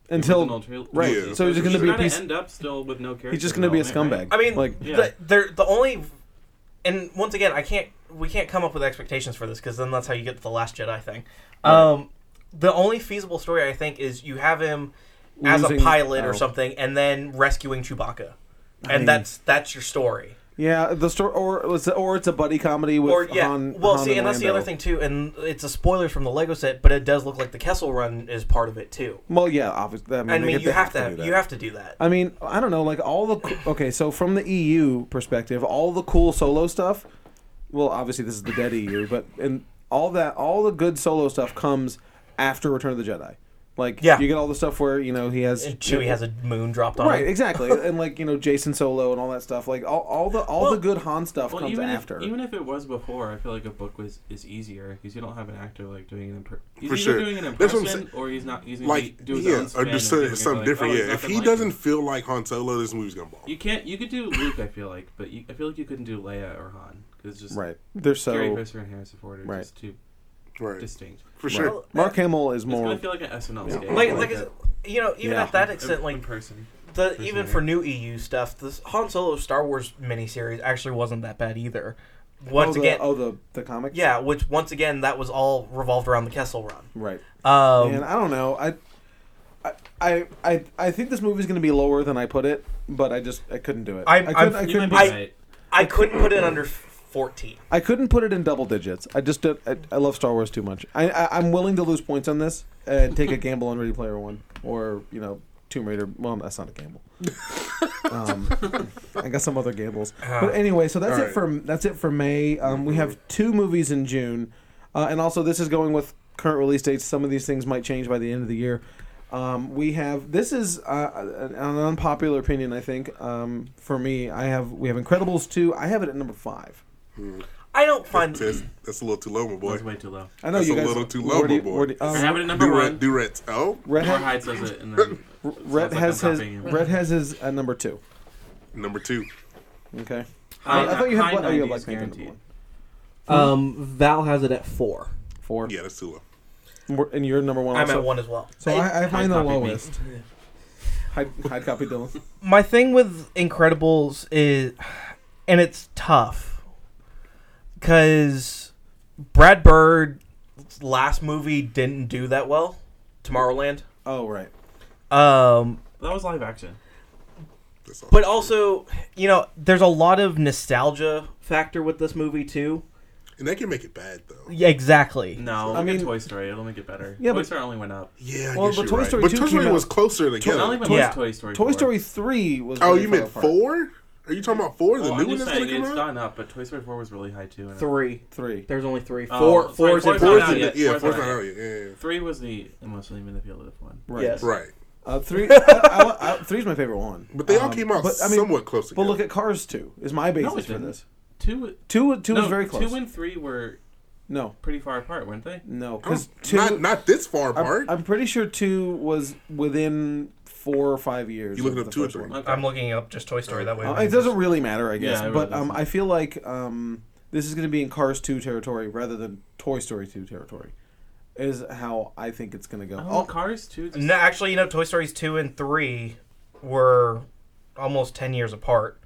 until the original tra- right. Yeah. So he's just gonna be a gonna piece. end up still with no character. He's just gonna be a scumbag. development, I mean, like Yeah. the, they're the only, and once again, I can't. We can't come up with expectations for this because then that's how you get to the Last Jedi thing. Um, the only feasible story I think is you have him as Losing- a pilot oh. or something, and then rescuing Chewbacca, and mean- that's that's your story. yeah, the story, or it's, or it's a buddy comedy with Or yeah, Han. well, Han see, and that's the Lando. other thing too, and it's a spoiler from the Lego set, but it does look like the Kessel Run is part of it too. Well, yeah, obviously. I mean, I they mean, get- you they have to do have, that. you have to do that. I mean, I don't know. Like all the okay, so from the EU perspective, all the cool solo stuff. Well, obviously this is the dead EU, but and all that, all the good solo stuff comes after Return of the Jedi. Like, Yeah. you get all the stuff where you know he has And Chewie has a moon dropped on right, him. exactly, and like you know Jason Solo and all that stuff. Like all, all the all Well- the good Han stuff Well, comes even after. if, even if it was before, I feel like a book was is easier because you don't have an actor like doing an impression. He's For either sure. doing an That's what I'm impression or he's not. He's gonna like, be- do his yeah, own spin or and just people are something gonna be like, different. "Oh, he's yeah, if nothing he like doesn't him." feel like Han Solo, this movie's gonna bomb. you can't. You could do Luke, I feel like, but you, I feel like you couldn't do Leia or Han because just right, they're Gary so Fisher and Harrison Ford are Right. just too Right, distinct. for sure. Well, uh, Mark Hamill is It's more gonna feel like an SNL sketch. like, Like like that. you know, even Yeah. at that extent, In- like in person. the Prisoner. E even for new EU stuff, this Han Solo Star Wars miniseries actually wasn't that bad either. once oh, again, the, oh the the comic. yeah, which once again that was all revolved around the Kessel Run. Right. Um, and I don't know. I, I- I, I, I think this movie's going to be lower than I put it, but I just I couldn't do it. I- couldn't, I'm- I, You might couldn't, be I, I- right. I couldn't put it under fourteen. couldn't put it in double digits. I just don't, I, I love Star Wars too much. I, I I'm willing to lose points on this and take a gamble on Ready Player One or you know Tomb Raider. Well, that's not a gamble. um, I got some other gambles, but anyway. So that's Ah. All it right. for that's it for May. Um, we have two movies in June, uh, and also this is going with current release dates. Some of these things might change by the end of the year. Um, we have this is uh, an an unpopular opinion, I think. Um, for me, I have we have Incredibles two. I have it at number five. I don't find That's, that's a little too low, my boy. That's way too low. I know That's you a guys little too where low, do my you- boy. where do you- I uh, have it at number Durant- one. Durant's- Oh, Rhett More has- Hyde says it, and then it sounds Rhett like has I'm his copying him. Rhett has his at number two. number two. Okay. High- I thought you had high Bla- oh, you had 90s, Black Panther guaranteed. number Um, Val has it at four. Four. Yeah, that's too low. We're- And you're number one. I'm also. at one as well. So I, I have mine the copied me. lowest. Hide, hide copy Dylan. my thing with Incredibles is, and it's tough, because Brad Bird's last movie didn't do that well, Tomorrowland. Oh right. Um, That was live action. That's all. but also, you know, there's a lot of nostalgia factor with this movie too. and that can make it bad though. Yeah, exactly. No, I I mean mean- Toy Story. It'll make it better. Yeah, Toy but- Story only went up. Yeah, I Well, guess but you're Toy right. Story but 2 Toy Story came was out- closer I together. only went Yeah. Toy Story. Toy four. Story three was. oh, really you far meant apart. four? Are you talking about four? The Well, new I'm one just that's saying gonna come it's out? gone up, but Toy Story Four was really high too. and- Three. Three. There's only three. Oh, Four, sorry, four is four's at not Four's out in yet. the, yeah, Four's four's not not out out yet. Yeah, yeah. Three was the emotionally manipulative one. Right. Yes. Right. Uh, three. I, I, I, three's my favorite one. But they all Um, came out but, I mean, somewhat close together. But look at Cars two is my basis No, it for didn't. this. Two. Two two no, was very close. Two and three were no, pretty far apart, weren't they? no, I don't- because two. Oh, not, not this far apart. I'm, I'm pretty sure two was within four or five years. You looking of up the two or first three? one. Okay. I'm looking up just Toy Story that way. Uh, it doesn't really matter, I guess. Yeah, it really but um, doesn't. I feel like um, this is going to be in Cars 2 territory rather than Toy Story 2 territory, is how I think it's going to go. Oh, Oh, Cars two. just- No, actually, you know, Toy Stories two and three were almost ten years apart.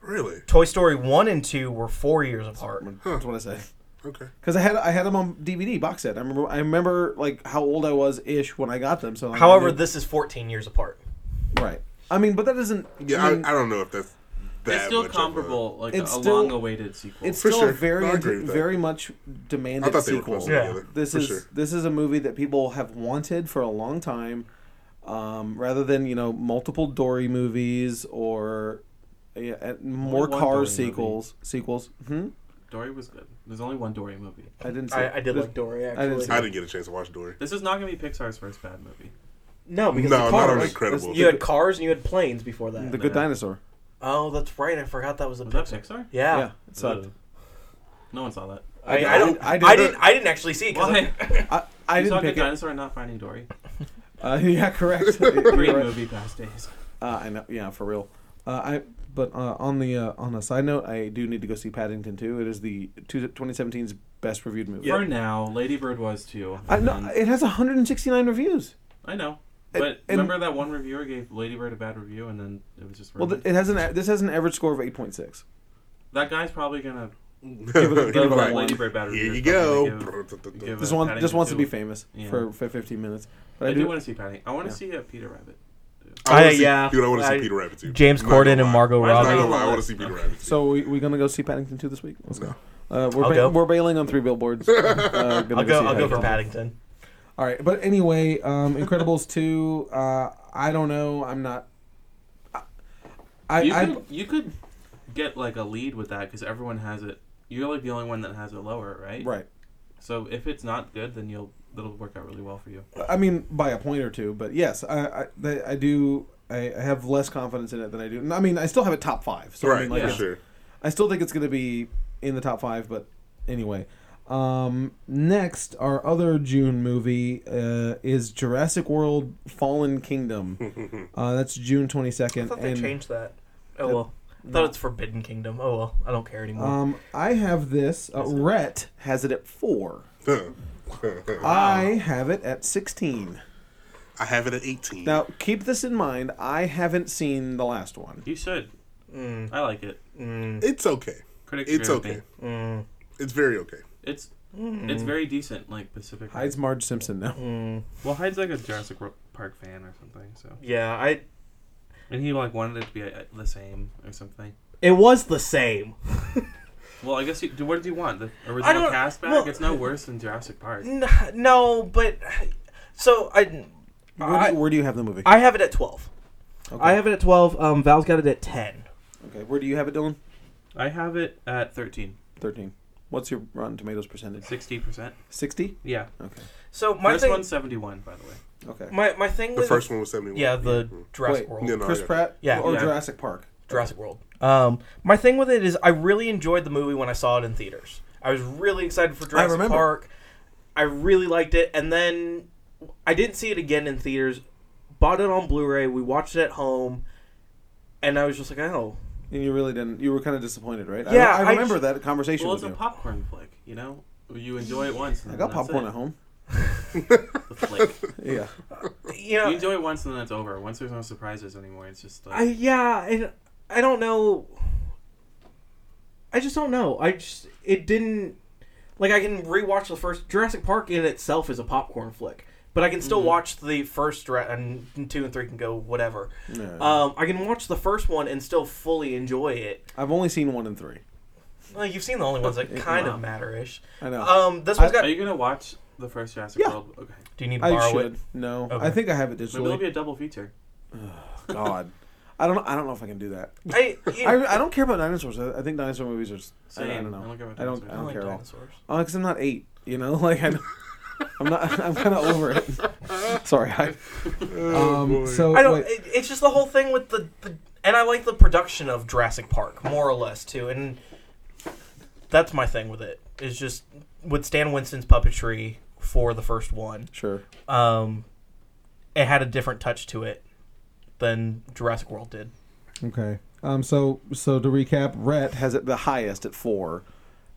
really? Toy Story one and two were four years apart. that's what I say. Okay. Because I had I had them on DVD box set. I remember I remember like how old I was ish when I got them. So like, I However, knew- this is 14 years apart. right. I mean, but that doesn't. Yeah, I I, mean, I don't know if that's that It's still much of a- comparable, like It's a still- long-awaited sequel. it's for still a sure. very No, I int- agree with that. very much I demanded thought they were sequel. close Yeah. together. this for is sure. this is a movie that people have wanted for a long time um, rather than you know multiple dory movies or yeah, and more one car Dory sequels sequels hmm? Dory was good. There's only one Dory movie. i didn't see I, I did There's- like Dory, didn't actually. see I didn't get a chance to watch Dory. This is not gonna be Pixar's first bad movie. No, because No, the not on cars. Incredibles. You had cars and you had planes before that. the good dinosaur Oh, that's right. I forgot that was a Was that Pixar. Pixar? yeah, Yeah. it sucked Ugh. No one saw that. I, I I don't. did- I, I did- didn't. I didn't actually see it. 'cause Why? i, I you saw didn't Good pick it Dinosaur and not Finding Dory. uh, yeah correct You're Great right. movie past days. Uh, I know, yeah, for real. Uh, I but uh, on the uh, on a side note, I do need to go see Paddington 2. It is the two, 2017's best reviewed movie. For now, Lady Bird was too. I, no, And- it has 169 reviews. I know. And- But and- remember that one reviewer gave Lady Bird a bad review, and then it was just Well, th- ruined? it has an a- this has an average score of 8.6. that guy's probably gonna Give it a that one. Lady Bird bad review. Here you is go. probably gonna give- give Just a want just Paddington wants to be two. famous Yeah. for, for 15 minutes. But I, I, do, do. want to see Paddington. I want to Yeah. see a Peter Rabbit. I wanna I- see, yeah. Dude, I want to see I- Peter Rabbit too. James Not gonna Corden and lie. Margot I'm Robbie. Not gonna lie, I want to see Peter Rabbit too. so we we gonna go see Paddington 2 this week. Let's go. Uh, we're, I'll ba- go. we're bailing on three billboards. Uh, gonna I'll go. see I'll go for Paddington. Paddington. All right, but anyway, um, Incredibles 2. Uh, I don't know. I'm not. I, you, I, could, you could get like a lead with that because everyone has it. You're like the only one that has it lower, right? right. So if it's not good, then you'll that'll work out really well for you. I mean, by a point or two, but yes, I I, they- I do. I, I have less confidence in it than I do. And I mean, I still have it top five. So I, Right, mean, like, for yeah. it's- sure. I still think it's going to be in the top five, but anyway. Um, next, our other June movie uh, is Jurassic World Fallen Kingdom. uh, that's June 22nd. I thought they and, changed that. Oh well. I thought it's Forbidden Kingdom. Oh well. I don't care anymore. Um, I have this. Uh, Rhett has it at four. I have it at 16. I have it at 18. Now, keep this in mind. I haven't seen the last one. You should. I like it. Mm, it's okay. Critics It's agree with me. okay. It's very okay. It's it's mm, very decent, like Pacific. Rim. Mm-hmm. Hides Marge Simpson now. Well, Hyde's like a Jurassic Ro- Park fan or something. So, Yeah, I. and he like wanted it to be uh, the same or something. It was the same. Well, I guess you. do- What did you want? The I original don't- cast back. well- it's no worse than Jurassic Park. N- No, but so I. Where do, I, you, where do you have the movie? I have it at twelve. okay. I have it at twelve. Um, Val's got it at ten. okay. Where do you have it, Dylan? I have it at 13. Thirteen. What's your Rotten Tomatoes percentage? 60 percent. Sixty. Yeah. Okay. So my First thing, one's 71, by the way. Okay. my my thing The with first one was seventy one. yeah the Jurassic Wait. World, No, no, Chris I got it. Pratt. Yeah, Or yeah. Jurassic Park. Jurassic World. Um, my thing with it is I really enjoyed the movie when I saw it in theaters. I was really excited for Jurassic remember. Park. I really liked it, and then I didn't see it again in theaters. Bought it on Blu-ray. We watched it at home, and I was just like, oh, And you really didn't. You were kind of disappointed, right? Yeah, I, I I remember ju- that conversation Well, with it's a you. popcorn flick, you know? You enjoy it once. And I then got that's popcorn it. at home. The flick. Yeah. you know, You enjoy it once and then it's over. Once there's no surprises anymore, it's just like. I yeah, I, I don't know. I just don't know. I just it didn't like I can rewatch the first Jurassic Park in itself is a popcorn flick, but I can still Mm-hmm. watch the first Jura- and two and three can go whatever. Yeah. Um, I can watch the first one and still fully enjoy it. I've only seen one and three. Well, you've seen the only ones that kind Wow. of matter ish. I know. Um, this one's Are got. you going to watch the first Jurassic Yeah. World? Okay. Do you need to I borrow should. it? No. Okay. I think I have it Maybe it'll be digitally. a double feature. God. I don't. know- I don't know if I can do that. I, I, I don't care about dinosaurs. I, I think dinosaur movies are. Just, I, Same. I don't know. care about I don't- dinosaurs. I don't care at all. dinosaurs. Oh, because I'm not eight. You know, like I, I'm not. I'm kind of over it. Sorry. I, Oh, um. boy. So I don't. e wait, It, it's just the whole thing with the, the. And I like the production of Jurassic Park more or less too, and that's my thing with it. Is just with Stan Winston's puppetry for the first one. sure. Um, it had a different touch to it than Jurassic World did. Okay. Um. So so to recap, Rhett has it the highest at four.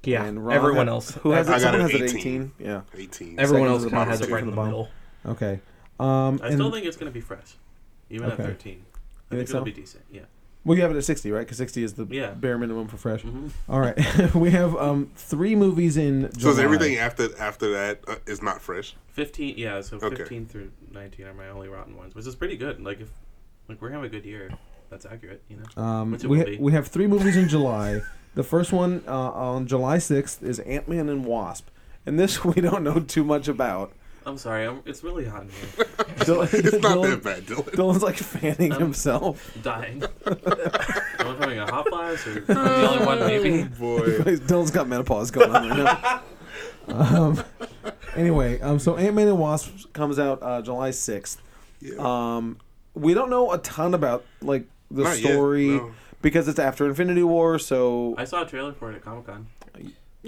Yeah, And Ron everyone had- else. Who has I it? got Someone it has it at 18. eighteen. Yeah. eighteen. everyone Second else to the kind bottom, of has it second right to in the the bottom. middle. Okay. Um. I and- still think it's going to be fresh, even Okay. at 13. I You think think so? it'll be decent, yeah. well, you have it at sixty, right? Because sixty is the Yeah. bare minimum for fresh. Mhm. All right. we have um three movies in. So is July. everything after after that uh, is not fresh? 15, yeah, so Okay. 15 through 19 are my only rotten ones, which is pretty good. Like, if like we're having a good year, that's accurate, you know? Um, Which it we, will ha- be. we have three movies in July. the first one uh, on July 6th is Ant Man and Wasp. And this we don't know too much about. I'm sorry, I'm, it's really hot in here. Dylan, It's not Dylan- that bad, Dylan. Dylan's like fanning Um, himself. dying. Am I having a hot flash or I'm the only one maybe? Oh, Boy, Dylan's got menopause going on right now. um, anyway, um, so Ant Man and Wasp comes out uh, July 6th. Yeah. Um, we don't know a ton about like the Not yet, story no. because it's after Infinity War. So I saw a trailer for it at Comic Con.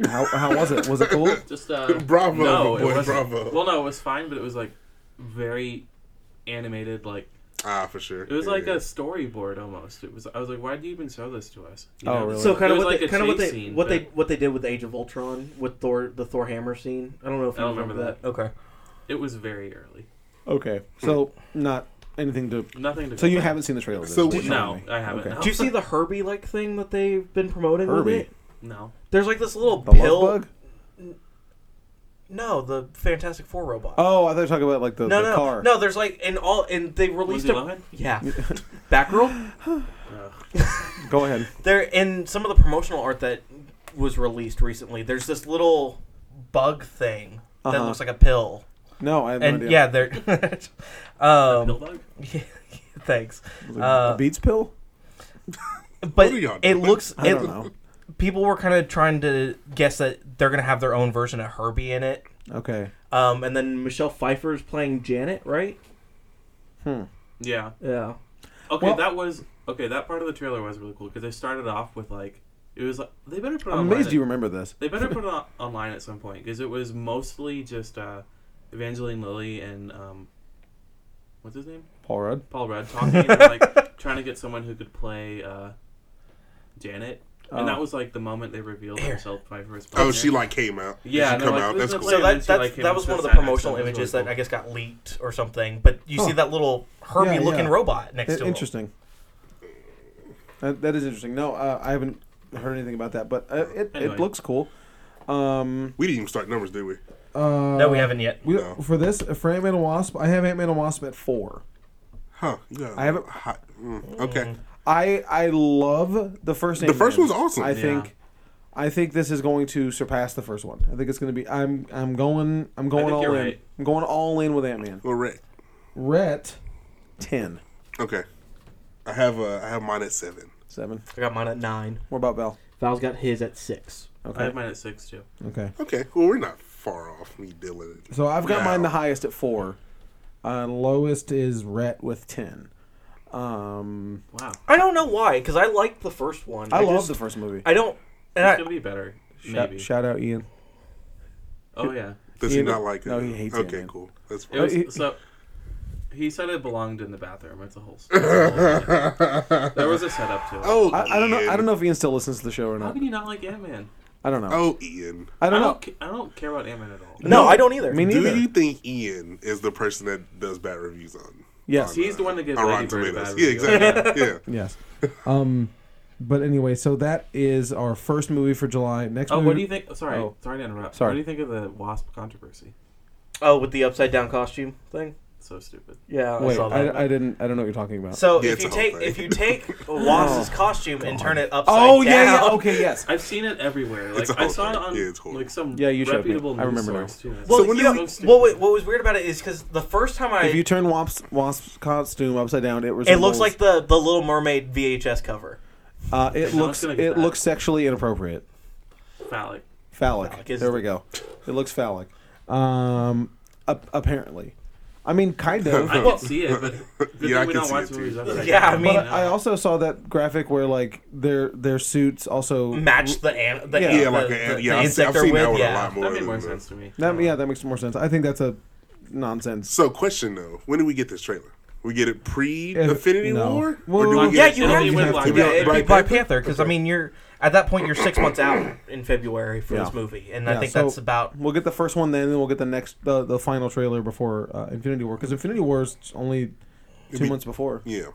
how, how was it? Was it cool? Just uh, Bravo, no, my it boy, wasn't- bravo. Well, no, it was fine, but it was like very animated. Like ah, for sure. it was like yeah. a storyboard almost. It was. I was like, why do you even show this to us? You Oh, really? So kind It of was what like they, a kind of what chase they scene, what they but- what they did with Age of Ultron with Thor the Thor hammer scene. I don't know if I you don't remember, remember that. Okay. It was very early. Okay, so not anything to Nothing to. So you compare. haven't seen the trailer? So then, is we- what you're No, telling me. I haven't. Okay. Do you see the Herbie like thing that they've been promoting Herbie? with it? No. There's like this little The pill. love bug? No, the Fantastic Four robot. Oh, I thought you were talking about like the, no, the no, car. no. There's like and all and they released Lindsay a Lohan? yeah, Batgirl. Uh, Ugh. Go ahead. There in some of the promotional art that was released recently. There's this little bug thing that Uh-huh. looks like a pill, No, I have no and idea. yeah, they're um, Pill bug? yeah, thanks. Was it uh, a Beats pill? But are y'all it doing? looks I it, don't know. people were kind of trying to guess that they're gonna have their own version of Herbie in it. Okay. Um, and then And Michelle Pfeiffer is playing Janet, right? Yeah. Yeah. Okay, Well- that was okay. That part of the trailer was really cool because they started off with like it was like they better Oh, put. I'm online amazed a- you remember this. They better put it on, online at some point because it was mostly just uh, Evangeline Lilly and um, what's his name, Paul Rudd. Paul Rudd talking, and, like trying to get someone who could play uh, Janet, Oh. and that was like the moment they revealed Here. herself by first. Oh, she like came out. Yeah, she no, come like, out. this That's is cool. a- So and then that, she, that's, like, came that with was the one of the sad promotional accent. It was images really that cool. I guess got leaked or something. But you see Huh. that little Herbie Yeah, looking yeah. robot next That- to him. interesting. That, that is interesting. No, uh, I haven't heard anything about that, but uh, it, Anyway. it looks cool. Um, We didn't even start numbers, did we? uh, no, we haven't yet. we- No. For this, uh, for Ant Man and Wasp, I have Ant Man and Wasp at four. Huh. Yeah. I haven't- Hot. Mm, Mm-hmm. okay. I I love the first. The first Ant-Man. one's awesome. I Yeah. think, I think this is going to surpass the first one. I think it's going to be. I'm I'm going I'm going think all in. you're right. I'm going all in with Ant Man. Well, Rick. Rhett, ten. Okay. I have uh, I have mine at seven. Seven. I got mine at nine. What about Val? Val's got his at six. I Okay. have mine at six too. Okay. Okay. Well, we're not far off. We dealing it. So I've got Wow. mine the highest at four. Uh, lowest is Rhett with ten. Um, Wow, I don't know why, because I liked the first one. I, love just- the first movie. I don't. And it's I, gonna be better. Shout, Maybe. shout out Ian. oh yeah. Does He- he not like it? no, he hates it, Okay, man. cool. That's It fine. was, Uh, he- so he said it belonged in the bathroom. It's a whole. It's a whole thing. there was a setup to it. oh, I, I don't know. Ian. I don't know if Ian still listens to the show or How not. can you not like Ant Man? I don't know. Oh, Ian. I I don't know. don't. ca- I don't care about Ant Man at all. no, I don't either. Me Do neither. you think Ian is the person that does bad reviews on? Yes. on, uh, He's the one that gives on Lady Rotten Bird a bad Tomatoes. Yeah, review. exactly. yeah. Yes. Um, but anyway, so that is our first movie for July. Next. Oh, movie, what do you think? Sorry, Oh. sorry to interrupt. Sorry. What do you think of the Wasp controversy? Oh, with the upside down costume thing. So stupid. Yeah, I Wait, saw that. I, I didn't. I don't know what you're talking about. so Yeah, if it's you a whole take thing. if you take Wasp's costume and turn it upside oh down. yeah, yeah. Okay. Yes. I've seen it everywhere. Like It's a I whole saw it thing. on Yeah, it's horrible. like some Yeah, you showed me. reputable I remember news source, too. Well, So when you does know, he- well, wait, what was weird about it is because the first time I If you turn Wasp's, Wasp's costume upside down, it It resembles. looks like the the Little Mermaid VHS cover. Uh, it No, it's looks. gonna get It bad. looks sexually inappropriate. phallic. Phallic. Phallic is there we go. It looks phallic. Um, ap- apparently, I mean, kind of. I can see it, but good Yeah, I thing we can don't see watch it, too. movies. upside Yeah, I down. mean- uh, But I also saw that graphic where like their their suits also Match the an the, Yeah. Yeah, the- like the- a, the yeah. I've, seen- insect I've they're seen with, that one yeah. a lot more. that made than more the- sense to me. That, yeah, that makes more sense. I think that's a nonsense. So, question though, when did we get this trailer? We get it pre Affinity no. War, Well, uh, do Black we Yeah, get you it? have It'd be to. Black yeah, Panther. it'd be Black Black Panther? Panther because I mean you're at that point you're six months out in February for Yeah. this movie, and Yeah, I think so- that's about We'll get the first one, then and we'll get the next the, the final trailer before uh, Infinity War because Infinity War is only two be- months before. yeah.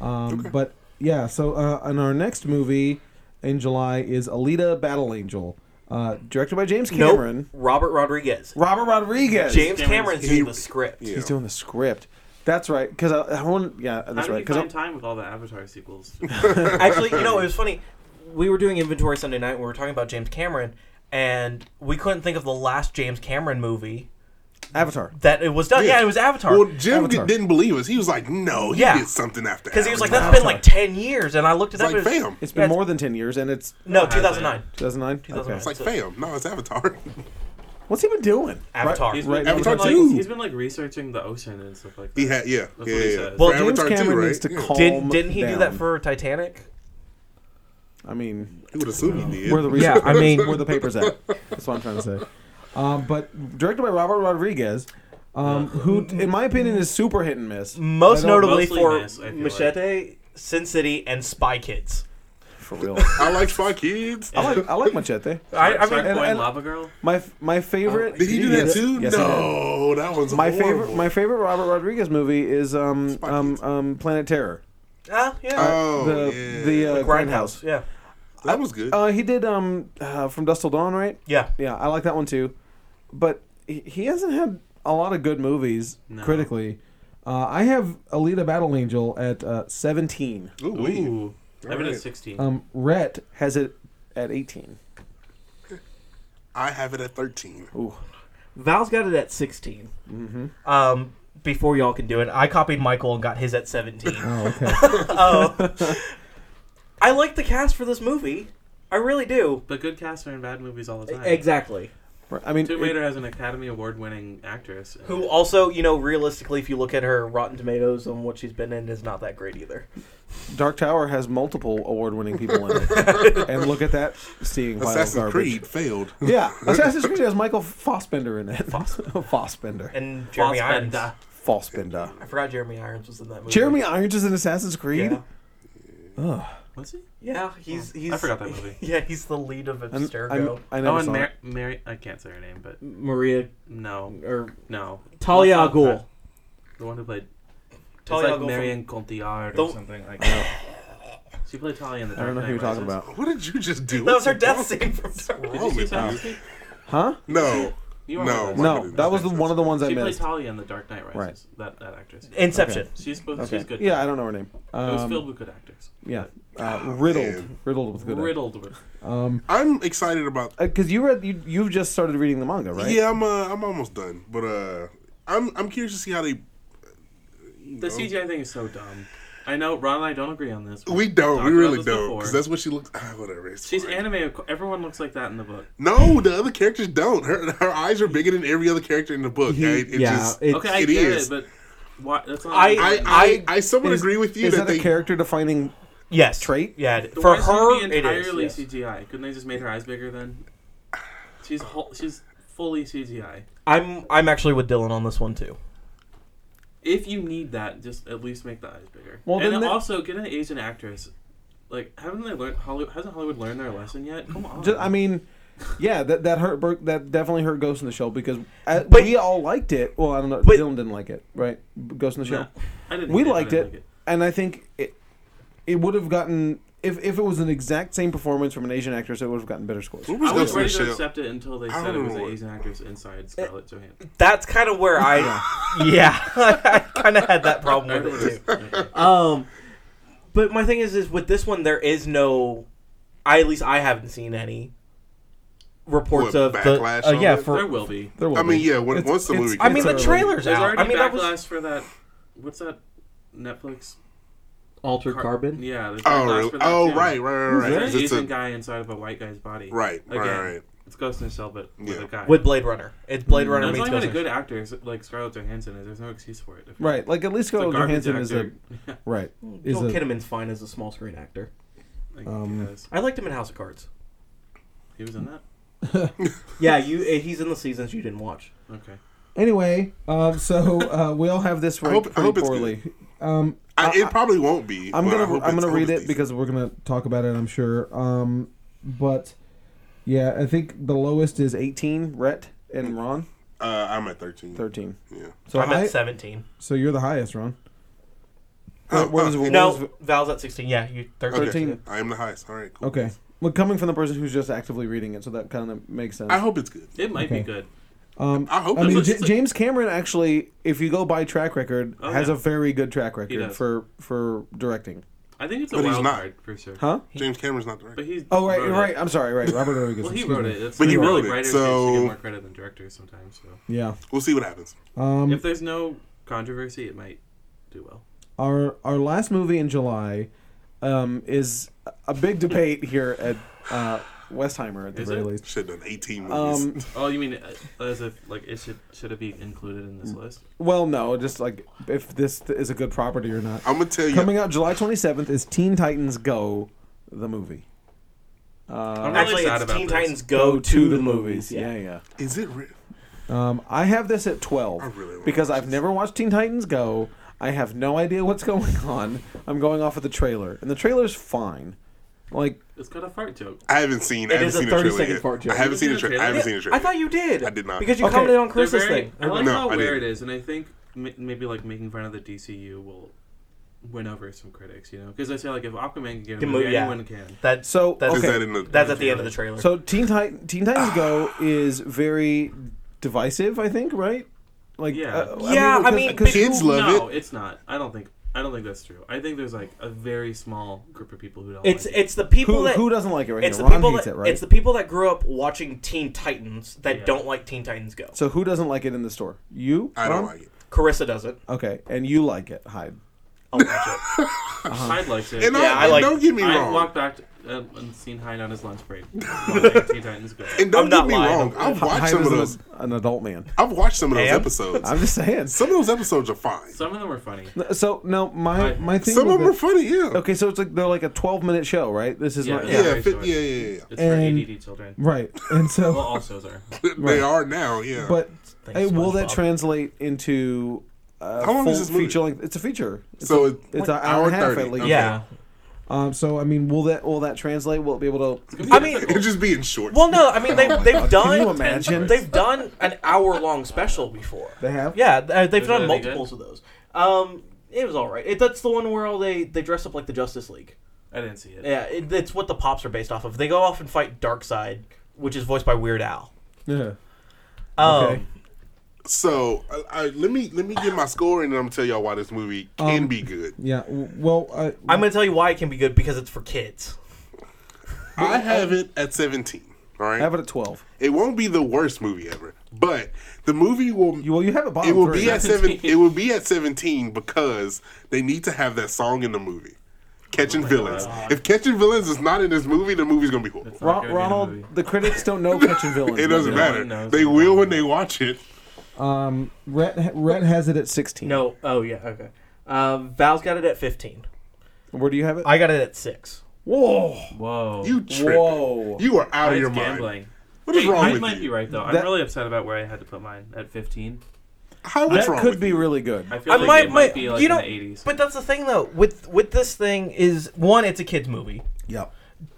Um, But yeah, so uh, and our next movie in July is Alita: Battle Angel, uh, directed by James nope. Cameron. Robert Rodriguez. Robert Rodriguez. James Cameron's- Cameron's he- doing the script. Yeah. He's doing the script. That's right. Because I, I want. Yeah, that's How right. do you find Because time with all the Avatar sequels? Actually, you know, it was funny. We were doing inventory Sunday night. and We were talking about James Cameron, and we couldn't think of the last James Cameron movie Avatar. that it was done. Yeah, it was Avatar. Well, Jim Avatar. didn't believe us. He was like, "No, he Yeah. did something after." Because he was like, Avatar. that's been like 10 years. And I looked it up. It's like, it was- fam. It's Yeah, been more than ten years, and it's No, Has it? 2009. 2009. 2009. Okay. It's like, "Fam, no, it's Avatar." What's he been doing? Avatar. Right, He's right been, now he's he's Avatar been, like- two. like, he's been like researching the ocean and stuff like that. he had, yeah, what yeah, he yeah. says. Well, For James Avatar 2, Cameron needs right? to Yeah. calm Didn't, didn't he do that down. for Titanic? I mean, He would assume he did. where the Yeah, I mean- where the papers at? That's what I'm trying to say. Um, but directed by Robert Rodriguez, um, who, in my opinion, is super hit and miss. Most I don't- notably Mostly for miss, I feel Machete, Sin City, and Spy Kids. for real. I like Spy Kids. I like I like Machete. I, I Shark mean, and- Boy and- and Lava Girl. My my favorite. Did he do that Yes. too? Yes, he did. no, that one's My horrible. favorite, my favorite Robert Rodriguez movie is um, Spy um, Kids. um, Planet Terror. ah, Uh, yeah. Oh, the yeah. the uh, Grindhouse. Grindhouse. Yeah. that was good. Uh, he did um, uh, from Dust Till Dawn, right? Yeah. Yeah, I like that one too. But he, he hasn't had a lot of good movies No. critically. Uh, I have Alita: Battle Angel at uh, seventeen. Ooh, wee. Ooh, I've been at Alright. sixteen. Um, Rhett has it at eighteen. I have it at thirteen. Ooh, Val's got it at sixteen. Mm-hmm. Um, before y'all can do it, I copied Michael and got his at 17. oh, okay. Oh. I like the cast for this movie. I really do. but good casts are in bad movies all the E-, time. Exactly. I mean, Tomb it- Raider has an Academy Award winning actress. and- Who also, you know, realistically, if you look at her Rotten Tomatoes and what she's been in, is not that great either. Dark Tower has multiple award-winning people in it, and look at that seeing pile of Assassin's garbage. Creed failed. Yeah, Assassin's Creed has Michael Fossbender in it. Fossbender, And Jeremy Irons. Fassbender. Fossbender. I forgot Jeremy Irons was in that movie. Jeremy Irons is in Assassin's Creed. Yeah. Ugh. Was he? Yeah, he's he's. Oh, I forgot that movie. Yeah, he's the lead of I'm- Abstergo. I'm- I never Oh, and saw Mar- it. Mary. I can't say her name, but Maria no, or no. Talia al That's not Ghul. The one who played. Talia it's al Ghul like from- Marion Cotillard or Don't- something like that. She played Tali in the. I don't know who you're talking about. What did you just do? That was her What's death scene from Dark. wrong with you? Huh? No. You are No. right. Why No, did it that was make the, one of the ones I She played missed. Talia in The Dark Knight Rises. That that actress. Inception. She's supposed. Okay. She's good. Yeah, I don't know her name. It was filled Um, with good actors. yeah, uh, riddled, man. riddled with good. Riddled with. I'm excited about. Because you read, you you've just started reading the manga, right? Yeah, I'm. Uh, I'm almost done, but uh, I'm. I'm curious to see how they. The CGI thing is so dumb. I know Ron and I don't agree on this. We We've don't. talked We about really this don't. before. Because that's what she looks. Ah, whatever. It's She's fine. anime. of cou- Everyone looks like that in the book. No, the other characters don't. Her her eyes are bigger than every other character in the book. He- right? It yeah, just- it- Okay, I It get is. it, but why, that's not. I- I, I, I somewhat agree with you Is that, that, a they. character defining? Yes. Trait? Yeah. The For wife's gonna her, be it is. entirely yes. CGI. Couldn't they just made her eyes bigger then? She's whole, she's fully CGI. I'm I'm actually with Dylan on this one too. If you need that, just at least make the eyes bigger. Well, and then they- also get an Asian actress. Like, haven't they learned? Hollywood, hasn't Hollywood learned their lesson yet? Come on. Ju- I mean, yeah, that that hurt. Bur- That definitely hurt Ghost in the Shell because uh But- we all liked it. Well, I don't know. but- Dylan didn't like it, right? Ghost in the Shell. No, I didn't. we hate I liked didn't it, like and I think it it would have gotten if if it was an exact same performance from an Asian actress, it would have gotten better scores. What I was Ghost in the ready to Shell? accept it until they I said it don't was know an what- Asian actress Eh. inside Scarlett Johansson. That's kind of where I, yeah, I kind of had that problem with it too. Okay. Um, But my thing is, is with this one, there is no. I at least I haven't seen any reports What, of the- backlash uh, on yeah, it? for There will be. There will I mean, be. yeah. When, It's- once the it's- movie. I came mean, the out. early. trailer's There's out. already I mean, backlash that was for that. What's that? Netflix. altered Car- carbon. Yeah. There's Oh, backlash really? for that oh, too. right, right, right, right. There's an It's Asian a- guy inside of a white guy's body. Right, right, Again, right. It's Ghost in the Shell, but with Yeah. a guy. with Blade Runner. It's Blade Runner There's meets only Ghost been a in the good Shell. actor is- like Scarlett Johansson is. There's no excuse for it. If- Right, like at least It's a Scarlett garbage Johansson is a actor. right. Is Joel a, Kinnaman's fine as a small screen actor. I Um, guess. I liked him in House of Cards. He was in that. Yeah, you. eh, He's in the seasons you didn't watch. Okay. anyway, um, so uh, we all have this I ranked hope- I pretty hope it's poorly. Um, I, I- it probably won't be. I'm but I gonna hope I'm it's- gonna I hope read it's it because we're gonna talk about it. I'm sure. Um, but yeah, I think the lowest is 18. Rhett and Ron decent. Uh, I'm at 13. 13. Yeah. So I'm I, at 17. so you're the highest, Ron. Oh, Where oh, was- okay. No, Val's at 16. Yeah, you 13. Okay. 13. I am the highest. All right. Cool. Okay. Well, coming from the person who's just actively reading it, so that kind of makes sense. I hope it's good. It might Okay. be good. Um, I hope I it's mean, good. J- James Cameron actually, if you go by track record, Oh, has yeah. a very good track record does. for for directing. I think it's a But he's wild not. card for sure. Huh? James Cameron's not the right. But he's. Oh right, wrote right. It. I'm sorry, right. Robert Rodriguez. Well, he excuse wrote me. it. It's But he like, wrote really it, Writers so- should get more credit than directors sometimes. So Yeah. We'll see what happens. Um, if there's no controversy, it might do well. our our last movie in July um, is a big debate here at uh, Westheimer at the Is very it? least. Should have done 18 movies. Um, Oh, you mean uh, as if like it should should it be included in this Mm. list? well, no, just like if this is a good property or not. I'm gonna tell you. Coming out July 27th is Teen Titans Go, the movie. I'm really Actually, sad it's about Teen this. Titans Go, to the movies. Yeah. Yeah, yeah. is it? Re- Um, I have this at 12 I really wanna because watch I've this. never watched Teen Titans Go. I have no idea what's going on. I'm going off of the trailer, and the trailer's fine. Like, It's got a fart joke. I haven't seen. I It haven't is a seen the 30 trailer second yet. fart joke. I haven't You seen the seen the trailer. I haven't trailer? seen the I trailer. thought you did. I did not. because you Okay. commented on They're Chris's very- thing. I like No, how I rare it didn't. is, and I think ma- maybe like making fun of the DCU will win over some critics, you know? Because I say like if Aquaman can get a Can movie, move- yeah. anyone can. That's so That's- Is okay. that in the? that's at the end of the trailer. So Teen, Titan, Teen Titans Go is very divisive, I think, right? Like, uh, Yeah. Yeah, I mean, because- kids love no, it. it's not. I don't think. I don't think that's true. I think there's like a very small group of people who don't. it's like it. it's the people who, that who doesn't like it right it's now? the Ron people hates that it, right? it's the people that grew up watching Teen Titans that Yeah. don't like Teen Titans Go. so who doesn't like it in the store? You? I Ron? don't like it. Carissa doesn't. Okay, and you like it, Hyde. I'll watch it. Hyde likes it. And Yeah, I, I like- don't get me I've wrong. walked back to, uh, and seen Hyde on his lunch break. Teen Titans Go. And don't I'm get not me lying. wrong. I've watched Hyde some is of an- those. an adult man. I've watched some of those Am? episodes. I'm just saying. Some of those episodes are fine. Some of them are funny. So no, my I- my thing. Some with of them are it- funny. Yeah. okay, so it's like they're like a twelve minute show, right? This is Yeah, not yeah. Yeah. very fit- short. yeah. Yeah. It's And- for ADD children. right, and Well, so all shows are. Yeah. They are now. Yeah. but Thanks, hey, will that SpongeBob. translate into uh, How long full is this movie? feature length? It's a feature. It's So a- it- it's an hour and a half hour at 30, least. okay. Yeah. Um. So I mean, will that will that translate? Will it be able to? I mean, It's just being short. well, no. I mean, they they've done. you imagine? They've done an hour long special before. They have. Yeah, th- uh, they've Is done that any good? multiples of those. Um, it was all right. It, that's the one where all they they dress up like the Justice League. I didn't see it. Eh, Yeah, it, it's what the pops are based off of. They go off and fight Darkseid, which is voiced by Weird Al. Yeah. Um, Okay. So I, I, let me let me get my score and then I'm gonna tell y'all why this movie can Um, be good. Yeah. w- Well, I, I'm going to tell you why it can be good because it's for kids. I have it at 17. All right, have it at twelve. it won't be the worst movie ever, but the movie will You, well, you have it bottom it will three. be at seven. It will be at seventeen because they need to have that song in the movie. Catching villains. If catching villains is not in this movie, the movie's gonna be horrible. Ron- Not gonna be in the Ronald, movie. the, critics don't know Catching Villains. It doesn't No matter. one knows. They will when they watch it. Um, Rhett, Rhett has it at sixteen. No, oh yeah, okay. Uh, Val's got it at 15. Where do you have it? I got it at 6. Whoa. Whoa. You tripping. Whoa. You are out of Mine's your mind. gambling. What is Wait, wrong mine with might be you? right though. That- I'm really upset about where I had to put mine at 15. How what's That wrong could with be you? really good. I feel like it might be like in the 80s. But that's the thing though. With with this thing is one, it's a kids movie. Yep.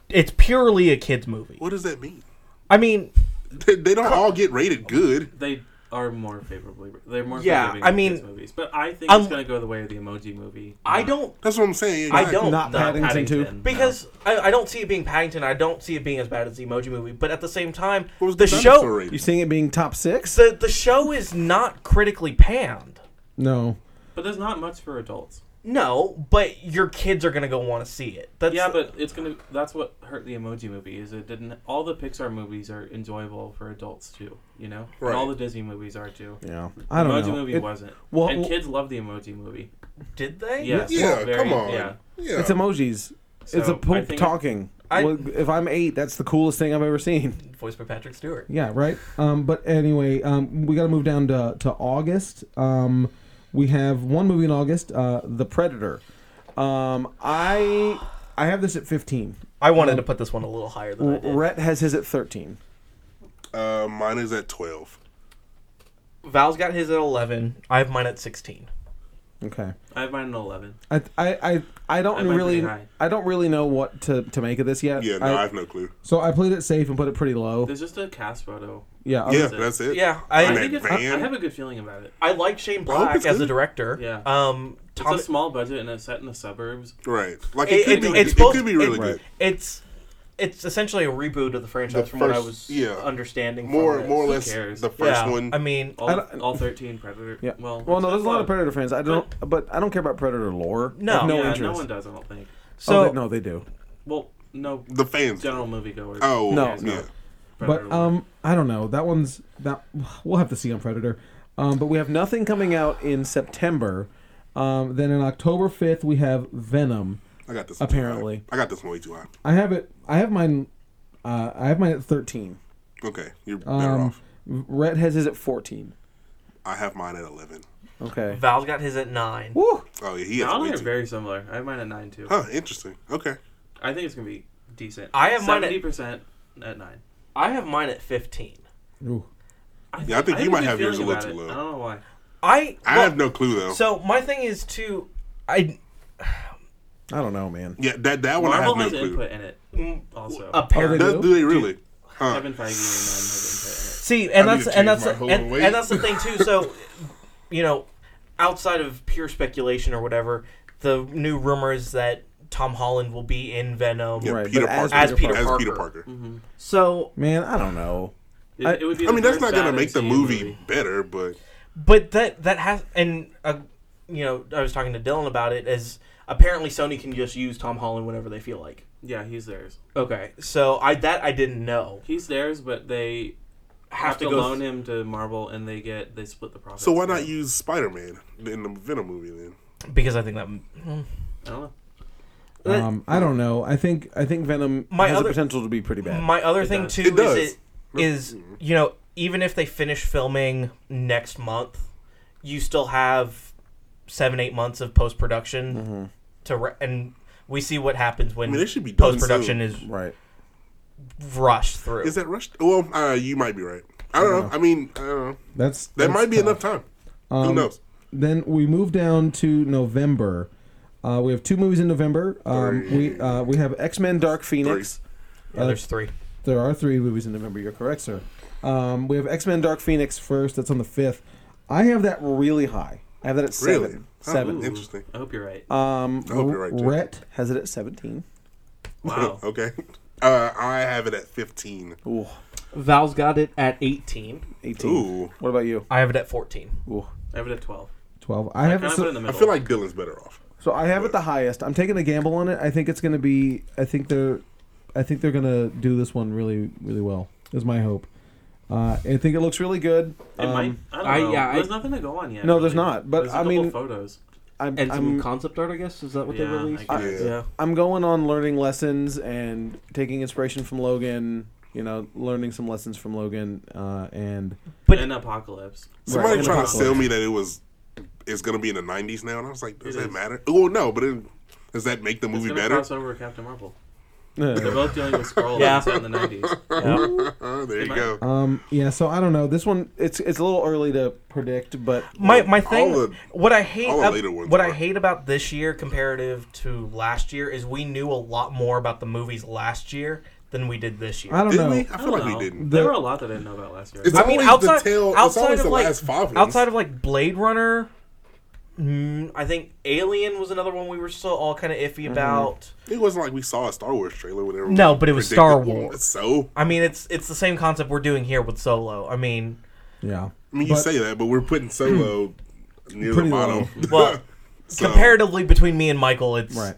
It's purely a kids movie. What does that mean? I mean, They, they don't all get rated good. they are more favorably. They're more. Yeah, forgiving I of mean, kids movies. but I think I'm- it's gonna go the way of the emoji movie. I Not don't That's what I'm saying. I exactly. don't- Not No, Paddington, too. Paddington, because I, I don't see it being Paddington. I don't see it being as bad as the Emoji Movie. But at the same time, What was the, dinosaur show You rated? seeing it being top six? the, the show is not critically panned. No. no. but there's not much for adults. No, but your kids are gonna go want to see it. That's Yeah, but it's gonna. That's what hurt the emoji movie is it didn't. All the Pixar movies are enjoyable for adults too. You know, Right. and all the Disney movies are too. Yeah. I don't emoji know. movie It- wasn't. well- and kids love the emoji movie. did they? Yes. Yeah, very- come on. Yeah. yeah. It's emojis. it's So, a I poop think- talking. I- Well, if I'm eight, that's the coolest thing I've ever seen. Voiced by Patrick Stewart. Yeah, right. Um, but anyway, um, we got to move down to to August. Um, we have one movie in August, uh, The Predator. Um, I I have this at 15. I wanted to put this one a little higher than I did. Rhett has his at 13. uh, mine is at twelve. Val's got his at eleven. I have mine at sixteen. Okay. I have mine at eleven. I I I, I I don't might be really high. I don't really know what to, to make of this yet. Yeah, no, I- I, have no clue. so I played it safe and put it pretty low. There's just a cast photo. Yeah. I- Yeah, it. that's it. Yeah, I I Man. think it's, I, I Van. have a good feeling about it. I like Shane I hope Black it's as the good. director. Yeah. Um, It's Tom, a small budget and it's set in the suburbs. Right. Like it- it, could it- be. It, it's supposed- could be really it- good. it's it's essentially a reboot of the franchise The from what I first- was yeah. understanding. More, from it. more or Who less, cares? the first yeah. one. I mean, I All, don't- all thirteen Predator. Yeah. Well, Well, no, there's a lot of Predator. Predator fans. I don't, but I don't care about Predator lore. No. I have no yeah, interest. no one does. I don't think. So So- oh, they, no, they do. Well, no the fans. general moviegoers. Oh, No, yeah. no. Predator But um, I don't know. That one's that we'll have to see on Predator. Um, but we have nothing coming out in September. Um, then on October 5th we have Venom. I got this. Apparently. one too high. I got this one way too high. I have it. I have mine. Uh, I have mine at 13. Okay, you're better Um, off. Rhett has his at 14. I have mine at eleven. Okay. Val's got his at nine. Woo! Oh, yeah, he has Now way they're too. very similar. I have mine at nine too. Huh, interesting. Okay. I think it's gonna be decent. I have mine at- seventy percent at nine. I have mine at fifteen. Ooh. think, Yeah, I think you have might good have yours feeling a little too about it. low. I don't know why. I I well, have no clue though. So my thing is to I I don't know, man. yeah, that that one Marvel I have has no clue. input in it. Also, Oh, apparently they Does, do they really? Huh. Kevin Feige and them have see, and I need that's to change and that's my whole and, weight. and that's the thing too. So you know, outside of pure speculation or whatever, the new rumor is that Tom Holland will be in Venom. Yeah, Right, but Peter as Parker. Peter As Peter Parker. As Peter Parker. Mm-hmm. So, Man, I don't know. been put in it. It, it would be I the mean, that's first not gonna bad make the MCU movie, better, but but that that has and uh, you know, I was talking to Dylan about it as apparently Sony can just use Tom Holland whenever they feel like. Yeah, he's theirs. Okay, so I that I didn't know. He's theirs, but they have, to, go loan him to Marvel, and they get they split the profits. so why not use Spider Man in the Venom movie then? because I think that I don't know. But- Um, I don't know. I think I think Venom My has other- the potential to be pretty bad. my other It thing does. too It does. is it is you know even if they finish filming next month, you still have seven eight months of post production to re- and we see what happens when Mm-hmm. I mean, they should be done post production is right. rushed through. Is that rushed? Well, uh, you might be right. I don't know. I mean, I don't know. That's That that's might be tough. enough time. Who Um, knows? Then we move down to November. Uh, we have two movies in November. Um, we uh, we have X Men: Dark Phoenix. Uh, yeah, there's three. There are three movies in November. You're correct, sir. Um, we have X Men: Dark Phoenix first. That's on the fifth. I have that really high. I have that at Really? seven. Oh, Seven. Interesting. I hope you're right. Um, I hope you're right, too. Rhett has it at seventeen. Wow. Okay. Uh, I have it at 15. Ooh, Val's got it at 18. 18. Ooh. What about you? I have it at 14. Ooh, I have it at 12. 12. I have Kind it, of put it in so, the I middle. feel like Dylan's better off. so I have it the highest. I'm taking a gamble on it. I think it's going to be I think they're I think they're going to do this one really really well. Is my hope. Uh, I think it looks really good. it Um, might. I don't I- know. yeah, I- there's nothing to go on yet. No, there's really. not, but There's a I couple mean- photos. I'm, And some I'm, concept art, I guess. Is that what they Yeah, I released? guess. Yeah. Yeah. I'm going on learning lessons and taking inspiration from Logan. You know, learning some lessons from Logan uh, and But- and apocalypse. Somebody and trying to Apocalypse. sell me that it was it's gonna be in the nineties now, and I was like, does It that is. matter? Oh no, but it, does that make the It's movie gonna better? cross over with Captain Marvel. They're Uh, both dealing with scrolls Yeah. set in the 90s. Uh, there It you go. might. um, yeah, so I don't know. This one, it's it's a little early to predict, but My my thing, all the- what I hate, all the ab- later ones what I are. hate about this year comparative to last year is we knew a lot more about the movies last year than we did this year. I don't Didn't know. we? I feel like we didn't. The- there were a lot that I didn't know about last year. It's I mean, always outside, the tail. it's outside always of the like last five ones. outside of like Blade Runner, mm, I think Alien was another one we were still all kind of Mm-hmm. iffy about. it wasn't like we saw a Star Wars trailer. Whenever No, we but it was predicted Star one. Wars. So I mean, it's it's the same concept we're doing here with Solo. I mean, Yeah. I mean, you But- say that, but we're putting Solo near the Pretty bottom. well, So, comparatively between me and Michael, it's Right.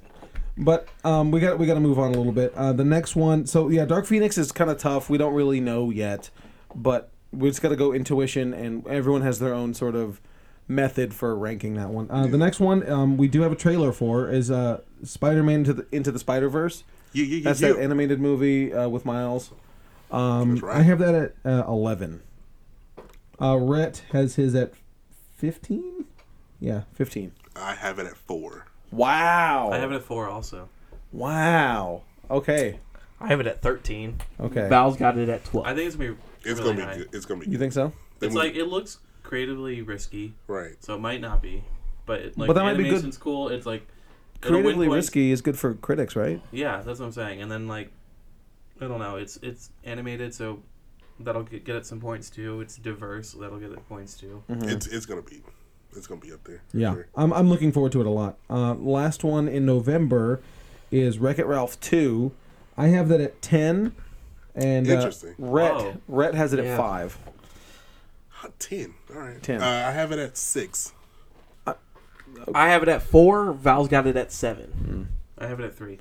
But um, we got we got to move on a little bit. Uh, the next one, so yeah, Dark Phoenix is kind of tough. We don't really know yet, but we just got to go intuition, and everyone has their own sort of method for ranking that one. Uh, The next one um, we do have a trailer for is uh, Spider-Man into the into the Spider Verse. Yeah, yeah, yeah, That's yeah. that animated movie uh, with Miles. Um, That's right. I have that at uh, eleven. Uh, Rhett has his at fifteen. Yeah, fifteen. I have it at four. Wow. I have it at four also. Wow. Okay. I have it at thirteen. Okay. Val's got it at 12. I think it's gonna be. It's really gonna high. be. It's gonna be. You think so? It's Then like it looks creatively risky, right. so it might not be. But it, like, But that the might be good- animation's cool. It's like it'll win Creatively points. risky is good for critics, right? Yeah, that's what I'm saying. And then like, I don't know. It's it's animated, so that'll get, get it some points too. It's diverse, so that'll get it points too. Mm-hmm. It's it's gonna be. It's gonna be up there. for Yeah, sure. I'm, I'm looking forward to it a lot. Uh, last one in November is Wreck It Ralph two. I have that at ten, and uh, Interesting. Rhett Oh. Rhett has it at Yeah. five. Hot Ten. All right. 10. Uh, I have it at six. I have it at 4. Val's got it at Mm-hmm. 7. I have it at three.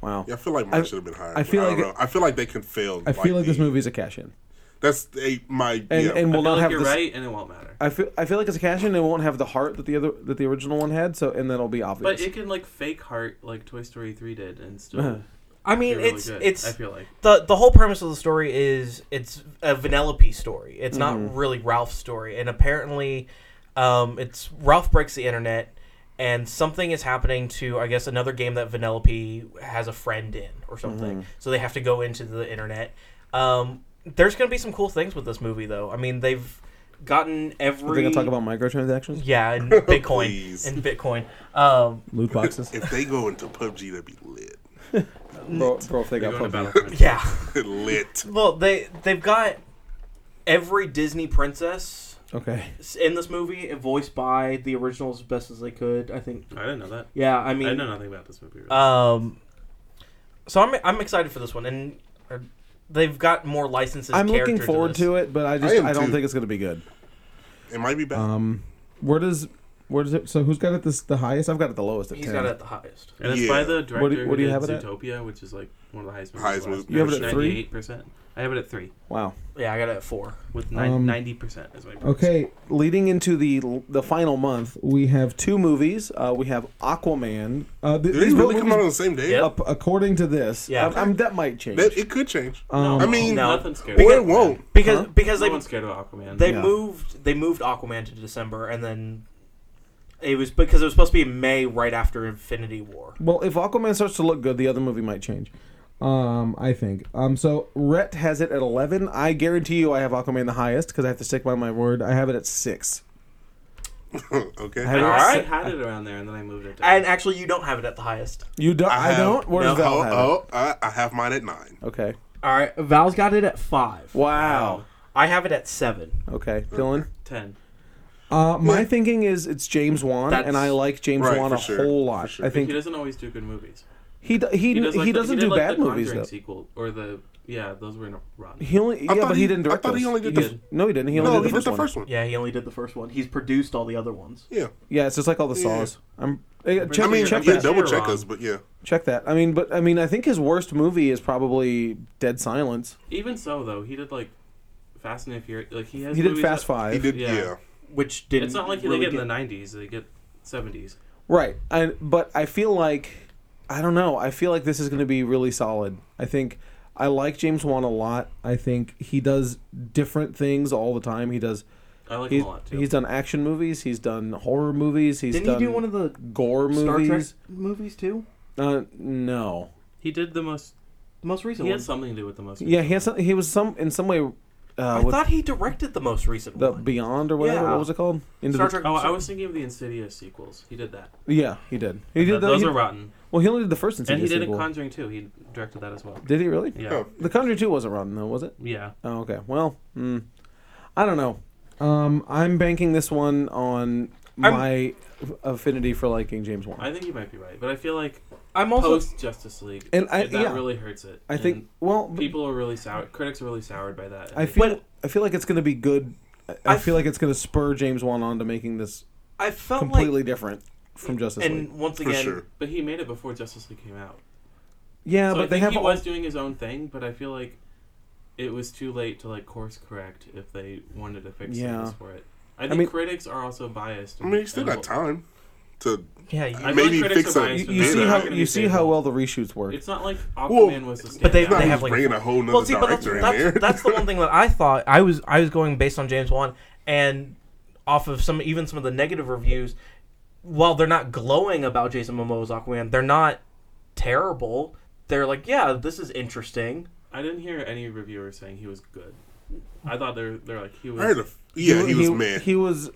Wow. Yeah, I feel like mine I- should have been higher. I I feel feel I like like I feel like they can fail. I feel like this the- movie's a cash in, That's a, my and yeah. and I we'll feel not like have you're this. right, and it won't matter. I feel I feel like it's a cash in. It won't have the heart that the other that the original one had. So and that'll be obvious. But it can like fake heart like Toy Story three did, and Uh-huh. still. I be mean, really it's good, it's I feel like the the whole premise of the story is it's a Vanellope story. It's not really Ralph's story, and apparently, um, it's Ralph breaks the internet, and something is happening to I guess another game that Vanellope has a friend in or something. So they have to go into the internet. Um, there's going to be some cool things with this movie, though. I mean, they've gotten We're every gonna talk about microtransactions, yeah, and Bitcoin Please. and Bitcoin. Um, loot boxes. if they go into PUBG, that'd be lit. bro, bro, if they they're got going to pumped. Battlefront. yeah. lit. Well, they they've got every Disney princess Okay. in this movie. Movie voiced by the original as best as they could, I think. I didn't know that. Yeah, I I mean, know nothing about this movie. Really. Um, so I'm I'm excited for this one, and uh, they've got more licenses. I'm looking forward to it, but I just am I, don't too. think it's gonna be good. It might be bad. Um, where does where does it? So who's got it this the highest? I've got it the lowest at He's ten. got it at the highest. and it's by yeah. the What director do- who what do you did have it at? Zootopia, which is like one of the highest Highest movies. movies. You have it at three? Ninety-eight percent. I have it at three. Wow. Yeah, I got it at four. With Um, ninety percent is my guess. Okay, leading into the the final month, we have two movies. Uh, we have Aquaman. Uh, th- Did they these really movies- come out on the same day? Yep. up- according to this, Yeah. I- I'm- that might change. That, it could change. Um, I mean, No. Nothing scared. or of it Aquaman. won't. Because Huh? because No they one's scared of Aquaman. they Yeah. moved they moved Aquaman to December, and then it was because it was supposed to be in May right after Infinity War. well, if Aquaman starts to look good, the other movie might change. Um, I think. Um, so Rhett has it at eleven. I guarantee you, I have Aquaman the highest because I have to stick by my word. I have it at six. okay. I I, have it at All si- right. I had it around there, and then I moved it. Down. And actually, you don't have it at the highest. You don't? I, have- don't. Where does no, Val oh, have it? oh, I, I have mine at nine. Okay. all right, Val's got it at 5. Wow. I have it at seven. Okay, Dylan. Ten. Uh, my Yeah. thinking is it's James Wan, That's- and I like James Right, Wan for a sure, whole for lot. sure. I He think doesn't always do good movies. He d- he he, does, like, the- doesn't did, do like, bad the movies Conjuring though. Sequel or the yeah, those were not rotten. He only yeah, thought but he, he- didn't I direct. thought he those. only did the the- f- no, he didn't. He only No, did the, he first, did the one. first one. Yeah, he only did the first one. He's produced all the other ones. Yeah. Yeah, it's just like all the Yeah. saws. I'm eh, check, I mean, check yeah, that. double You're check wrong. us, but yeah. Check that. I mean, but I mean, I think his worst movie is probably Dead Silence. Even so, though, he did like Fast and Furious. Like he has. He did movies Fast that- Five. He did, Yeah. yeah. Which didn't. It's not like really they get, get in the '90s; they get '70s. Right. I, but I feel like I don't know. I feel like this is going to be really solid. I think I like James Wan a lot. I think he does different things all the time. He does. I like He's, him a lot too. he's done action movies. He's done horror movies. He's Didn't done he do one of the gore Star movies. Trek movies too? Uh, no. he did the most. The most recent He one. had something to do with the most. Yeah, he had some, he was some in some way. Uh, I with thought he directed the most recent the one. Beyond or whatever. Yeah. What was it called? Into Star the- Trek. Oh, I was thinking of the Insidious sequels. He did that. Yeah, he did. He Th- did. The, those he, are rotten, well, he only did the first and he Insidious did sequel. in Conjuring too. He directed that as well. did he really? Yeah, Oh, The Conjuring Two wasn't rotten though, was it? yeah. Oh, okay. Well, mm, I don't know. Um, I'm banking this one on I'm- my affinity for liking James Wan. I think you might be right, but I feel like I'm also post Justice League, And I- that yeah. really hurts it. I think. Well, And but people are really sour. Critics are really soured by that. I think. feel. I feel like it's going to be good. I, I I feel like it's going to spur James Wan on to making this I felt completely different from Justice like, League. and once for again, sure. but he made it before Justice League came out. Yeah, so but I they think have. he all- was doing his own thing, but I feel like it was too late to like course correct if they wanted to fix Yeah. things for it. I think mean- critics are also biased. I mean, he still got time to. yeah, you- I feel Maybe critics fix are it. biased you, to you that. see They're how not gonna you be see favorable. how well the reshoots work. It's not like Well, Aquaman was the but they- Not standout. they he's have, like- bringing a whole nother well, see, but that's, director in there. that's, that's the one thing that I thought I was I was going based on James Wan and off of some even some of the negative reviews. While they're not glowing about Jason Momoa's Aquaman, they're not terrible. They're like, yeah, this is interesting. I didn't hear any reviewers saying he was good. I thought they're they're like he I heard was. a, yeah, he, was mad. He was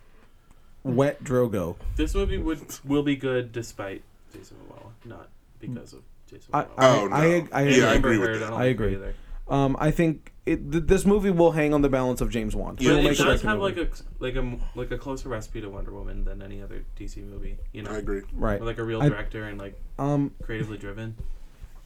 wet Drogo. This movie would will be good despite Jason Momoa, not because of Jason I Momoa. I, Oh, no. I, I, And yeah, I Amber agree with Heard, that. don't I like agree. either. Um, I think it, th- this movie will hang on the balance of James Wan. Yeah. He'll But make it the does next have movie. like a like a like a closer recipe to Wonder Woman than any other DC movie. You know, I agree. right. With, like a real I- director and like Um, creatively driven.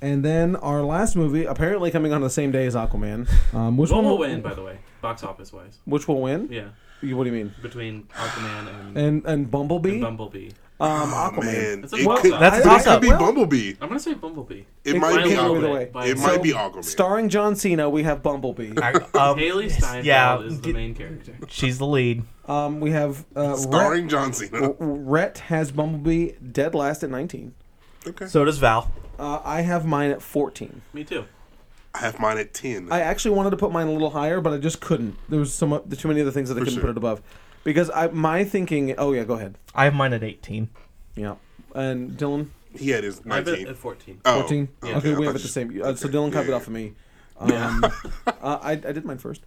and then our last movie, apparently coming on the same day as Aquaman, um, which One one will win, by the way, box office wise. Which will win? Yeah, You- What do you mean? between Aquaman and, And and Bumblebee, and Bumblebee. um, Oh, Aquaman. man, That's a it toss-up. could, That's a it toss-up. could be Well- Bumblebee. I'm gonna say Bumblebee. It, It might could be be either Aquaman. way. By It itself. might be Aquaman. Starring John Cena, we have Bumblebee. I, um, Haley Steinfeld yeah, is the get- main character. she's the lead. Um, we have uh, Rhett, Starring John Cena. Rhett has Bumblebee dead last at 19. Okay. So does Val. Uh, I have mine at 14. Me too. I have mine at 10. I actually wanted to put mine a little higher, but I just couldn't. There was some too many other things that I For couldn't sure. put it above. Because I my thinking. Oh yeah, go ahead. I have mine at eighteen. Yeah. And Dylan, he had his I bet 19. at 14. Oh, 14? okay, Okay, I we thought have it you- the same. Uh, so okay, Dylan copied yeah, off of me. Um, uh, I, I did mine first.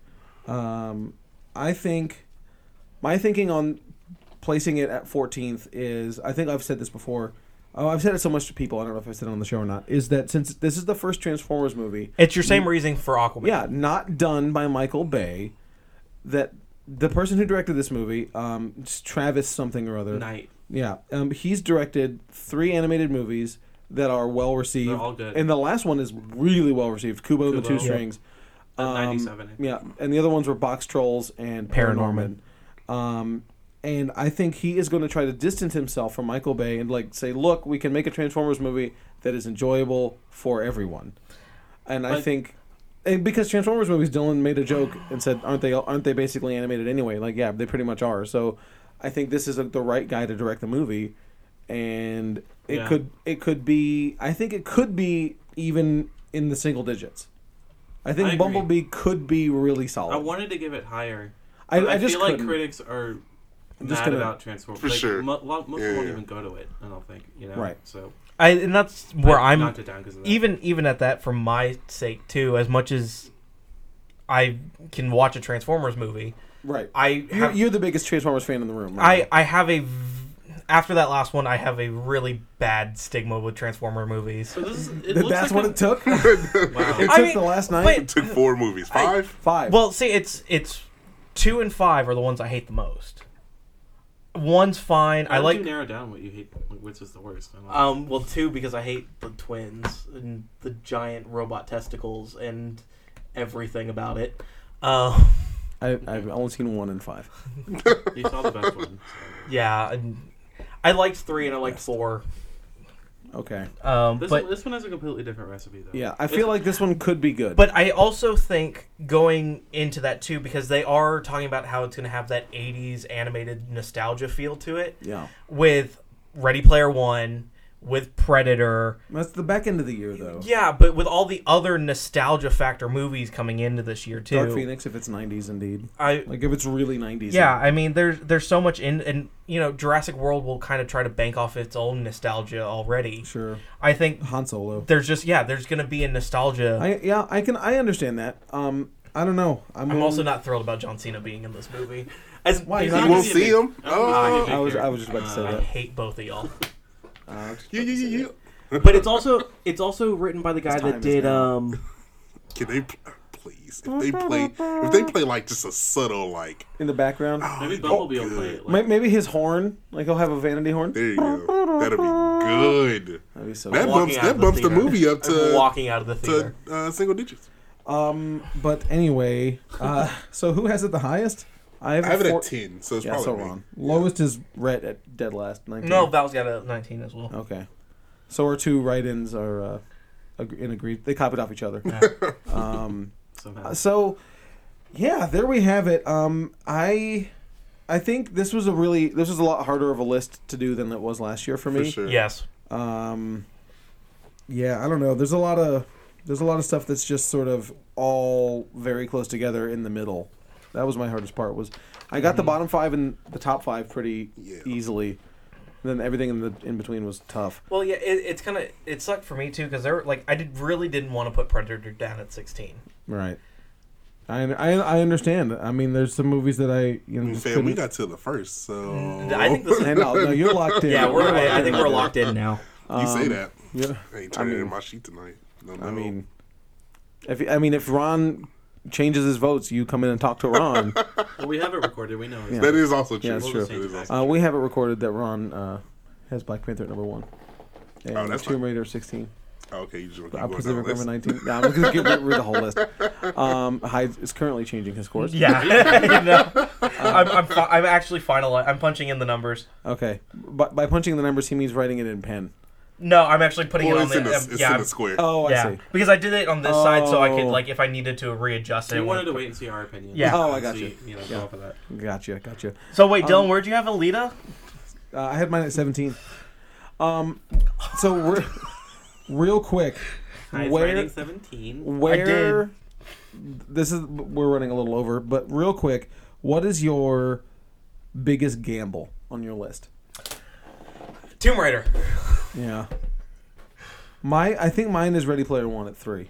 Um, I think my thinking on placing it at 14th is I think I've said this before. Oh, I've said it so much to people. I don't know if I said it on the show or not. Is that since this is the first Transformers movie, It's your same reasoning for Aquaman. yeah, not done by Michael Bay, that the person who directed this movie, um, it's Travis something or other, Night. yeah, um, he's directed three animated movies that are well received. They're all good. And the last one is really well received. Kubo, and the Two Kubo. Strings. At Um, 97, uh, I think. Yeah, and the other ones were Box Trolls and Paranorman. Paranorman. Um, and I think he is going to try to distance himself from Michael Bay and like say, look, we can make a Transformers movie that is enjoyable for everyone. And I But- think. And because Transformers movies, Dylan made a joke and said, "Aren't they aren't they basically animated anyway?" Like, yeah, they pretty much are. So, I think this is a, the right guy to direct the movie, and it Yeah. could it could be. I think it could be even in the single digits. I think I agree. Bumblebee could be really solid. I wanted to give it higher. I- but I just feel like couldn't. critics are just mad gonna- about Transformers. For like, sure. mo- lo- most Yeah, won't yeah. even go to it. I don't think you know. Right. So I, and that's where I I'm knocked it down 'cause of that. even even at that for my sake too as much as i can watch a transformers movie right. i you're, have, you're the biggest Transformers fan in the room. i Right? i have a v- after that last one i have a really bad stigma with transformer movies So this is, it Th- looks that's like what a- it took. it Wow. took I mean, the last night. but- Took four movies. Five? Five. well see it's it's two and five are the ones i hate the most one's fine. I How did like you narrow down what you hate. Like, which is the worst? I don't know. Uh, Um, well, two because I hate the twins and the giant robot testicles and everything about it. Uh, I, I've only seen one in five. you saw the best one. yeah, and I liked three and I liked four. Okay. Um, This, but one, this one has a completely different recipe, though. Yeah, I feel like this one could be good. but I also think going into that too because they are talking about how it's going to have that '80s animated nostalgia feel to it yeah, with Ready Player One, with Predator. that's the back end of the year though. Yeah, but with all the other nostalgia factor movies coming into this year too. Dark Phoenix, if it's '90s indeed, I like if it's really '90s. Yeah, I mean, there's there's so much in, and you know, Jurassic World will kind of try to bank off its own nostalgia already. sure. I think Han Solo. there's just yeah, there's gonna be a nostalgia. I, I yeah, I can I understand that. Um, I don't know. I'm, am going- also not thrilled about John Cena being in this movie. As Why? he's He's not- You won't see big- him. I don't think he's a Oh, big Uh, I was I character. was just about to say I that. hate both of y'all. Uh, I was just you, about to you, say you, that. you. But it's also it's also written by the guy His time that is did now. um Can they pl- please? If they play, if they play like just a subtle like, in the background. Maybe Oh, Bumblebee will good. play it. May- Like, Maybe his horn, like he'll have a vanity horn. there you go. That'll be good. That'd be so. That cool. Walking bumps out that of the bumps the, theater. movie up I'm to walking out of the theater. to uh, single digits. Um, but anyway, uh, so who has it the highest? I have I have it four- at ten, so it's Yeah, probably so me. wrong. Lowest is Red at dead last. 19. No, Val's got a 19 as well. Okay. So our two write-ins are uh, ag- in agreed. They copied off each other. um, somehow. so yeah, there we have it. Um, I I think this was a really this was a lot harder of a list to do than it was last year for for me. sure. Yes, Um, yeah, I don't know. There's a lot of there's a lot of stuff that's just sort of all very close together in the middle. That was my hardest part. Was I got the bottom five and the top five pretty Mm-hmm. Yeah. easily. And then everything in the in between was tough. Well, yeah, it, it's kind of it sucked for me too because there were, like I did really didn't want to put Predator down at sixteen. Right. I, I, I understand. I mean, there's some movies that I you know just Fam, Mm, we couldn't- got to the first, so I think this is- And uh, no, no, you're locked in. Yeah, we're You're I, I think on we're that. locked in now. you say that. Yeah. I ain't I turning mean- in my sheet tonight. No, no. I mean, if I mean if Ron changes his votes, you come in and talk to Ron. well, we have it recorded. We know. that is also true. Yeah, it's That true. is also- Uh, we have it recorded that Ron uh, has Black Panther at number one. And Oh, that's Tomb fine. Raider 16. okay, you just want Uh, to keep Pacific Rim going down 19. Nah, I'm going to get rid, rid of the whole list. Um, Hyde is currently changing his scores. Yeah, you know, I'm, I'm, fi- I'm actually final. I'm punching in the numbers. Okay. But by punching the numbers, he means writing it in pen. No, I'm actually putting Well, it on it's the in the, um, it's yeah, in the square. Oh, I yeah. see. because I did it on this side so I could Oh. like if I needed to readjust it. You I wanted to would- wait and see our opinion. Yeah. Oh, I And got see, you. know, go Yeah. off of that. Gotcha. Gotcha. So wait, Dylan, where'd you have Alita? Uh, I had mine at 17. Um, so, we're, real quick. Highest Where, rating 17. where this is we're running a little over but real quick what is your biggest gamble on your list Tomb Raider. yeah my i think mine is ready player one at three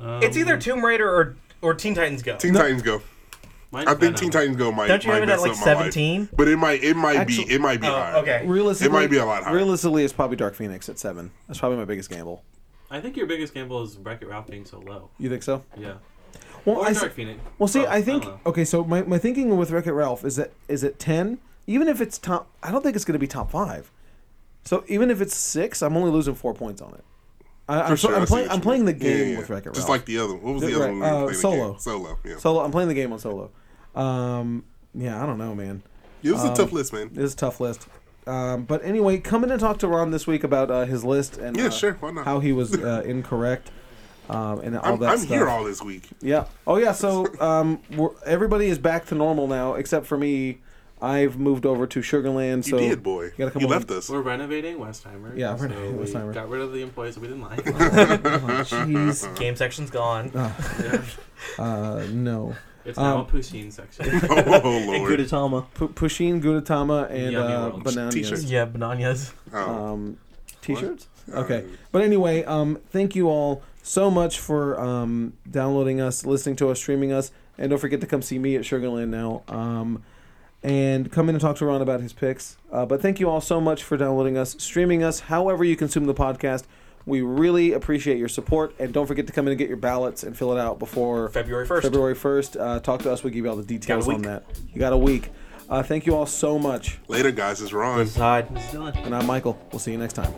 Um, It's either Tomb Raider or or Teen Titans Go. Teen Titans Go. mine's um, I think Venom. Teen Titans Go might. Don't you might have it at mess like up my life. seventeen? But it might. It might Actually- be. It might be. higher. okay. realistically might be a lot higher. realistically it's probably dark phoenix at seven that's probably my biggest gamble I think your biggest gamble is Wreck It Ralph being so low. you think so Yeah. well, Or I, Dark s- Phoenix. well see Oh, i think don't know. okay so my, my thinking with wreck it ralph is that is it 10 even if it's top i don't think it's going to be top five so even if it's six i'm only losing four points on it I, For I'm, so- sure, I I'm, see playing what i'm you playing the mean. Yeah, game yeah, with yeah. wreck it ralph Just like the other. What was the Yeah, other right, one? uh, we played Solo. again? Solo. Yeah. Solo. I'm playing the game on solo. Um, yeah, I don't know, man. It was a tough list, man. This is a tough list. Um, but anyway, come in and talk to Ron this week about uh, his list and Yeah, uh, sure, why not? how he was uh, incorrect um, and all I'm, that I'm stuff. here all this week. yeah. Oh yeah. So um, we're, everybody is back to normal now, except for me. I've moved over to Sugarland. You so did, boy. gotta come you over- left us. We're renovating Westheimer. Yeah, we're so renovating we Westheimer. Got rid of the employees that we didn't like. Oh, Jeez. Game section's gone. uh, no. It's now Um, a poutine section. Oh and lord. Gudetama. P- Pusheen, Gudetama, and Yummy uh, World. bananas. T-shirts. yeah, bananas. Oh. Um, t-shirts. Okay. Uh, But anyway, um, thank you all so much for um, downloading us, listening to us, streaming us, and don't forget to come see me at Sugarland now. Um, and come in and talk to Ron about his picks. Uh, but thank you all so much for downloading us, streaming us, however you consume the podcast. We really appreciate your support, and don't forget to come in and get your ballots and fill it out before February first. February 1st. Uh, talk to us. We'll give you all the details Got a on week. that. You got a week. Uh, thank you all so much. Later, guys. It's Ron. Side. It's done. And I'm Michael. We'll see you next time.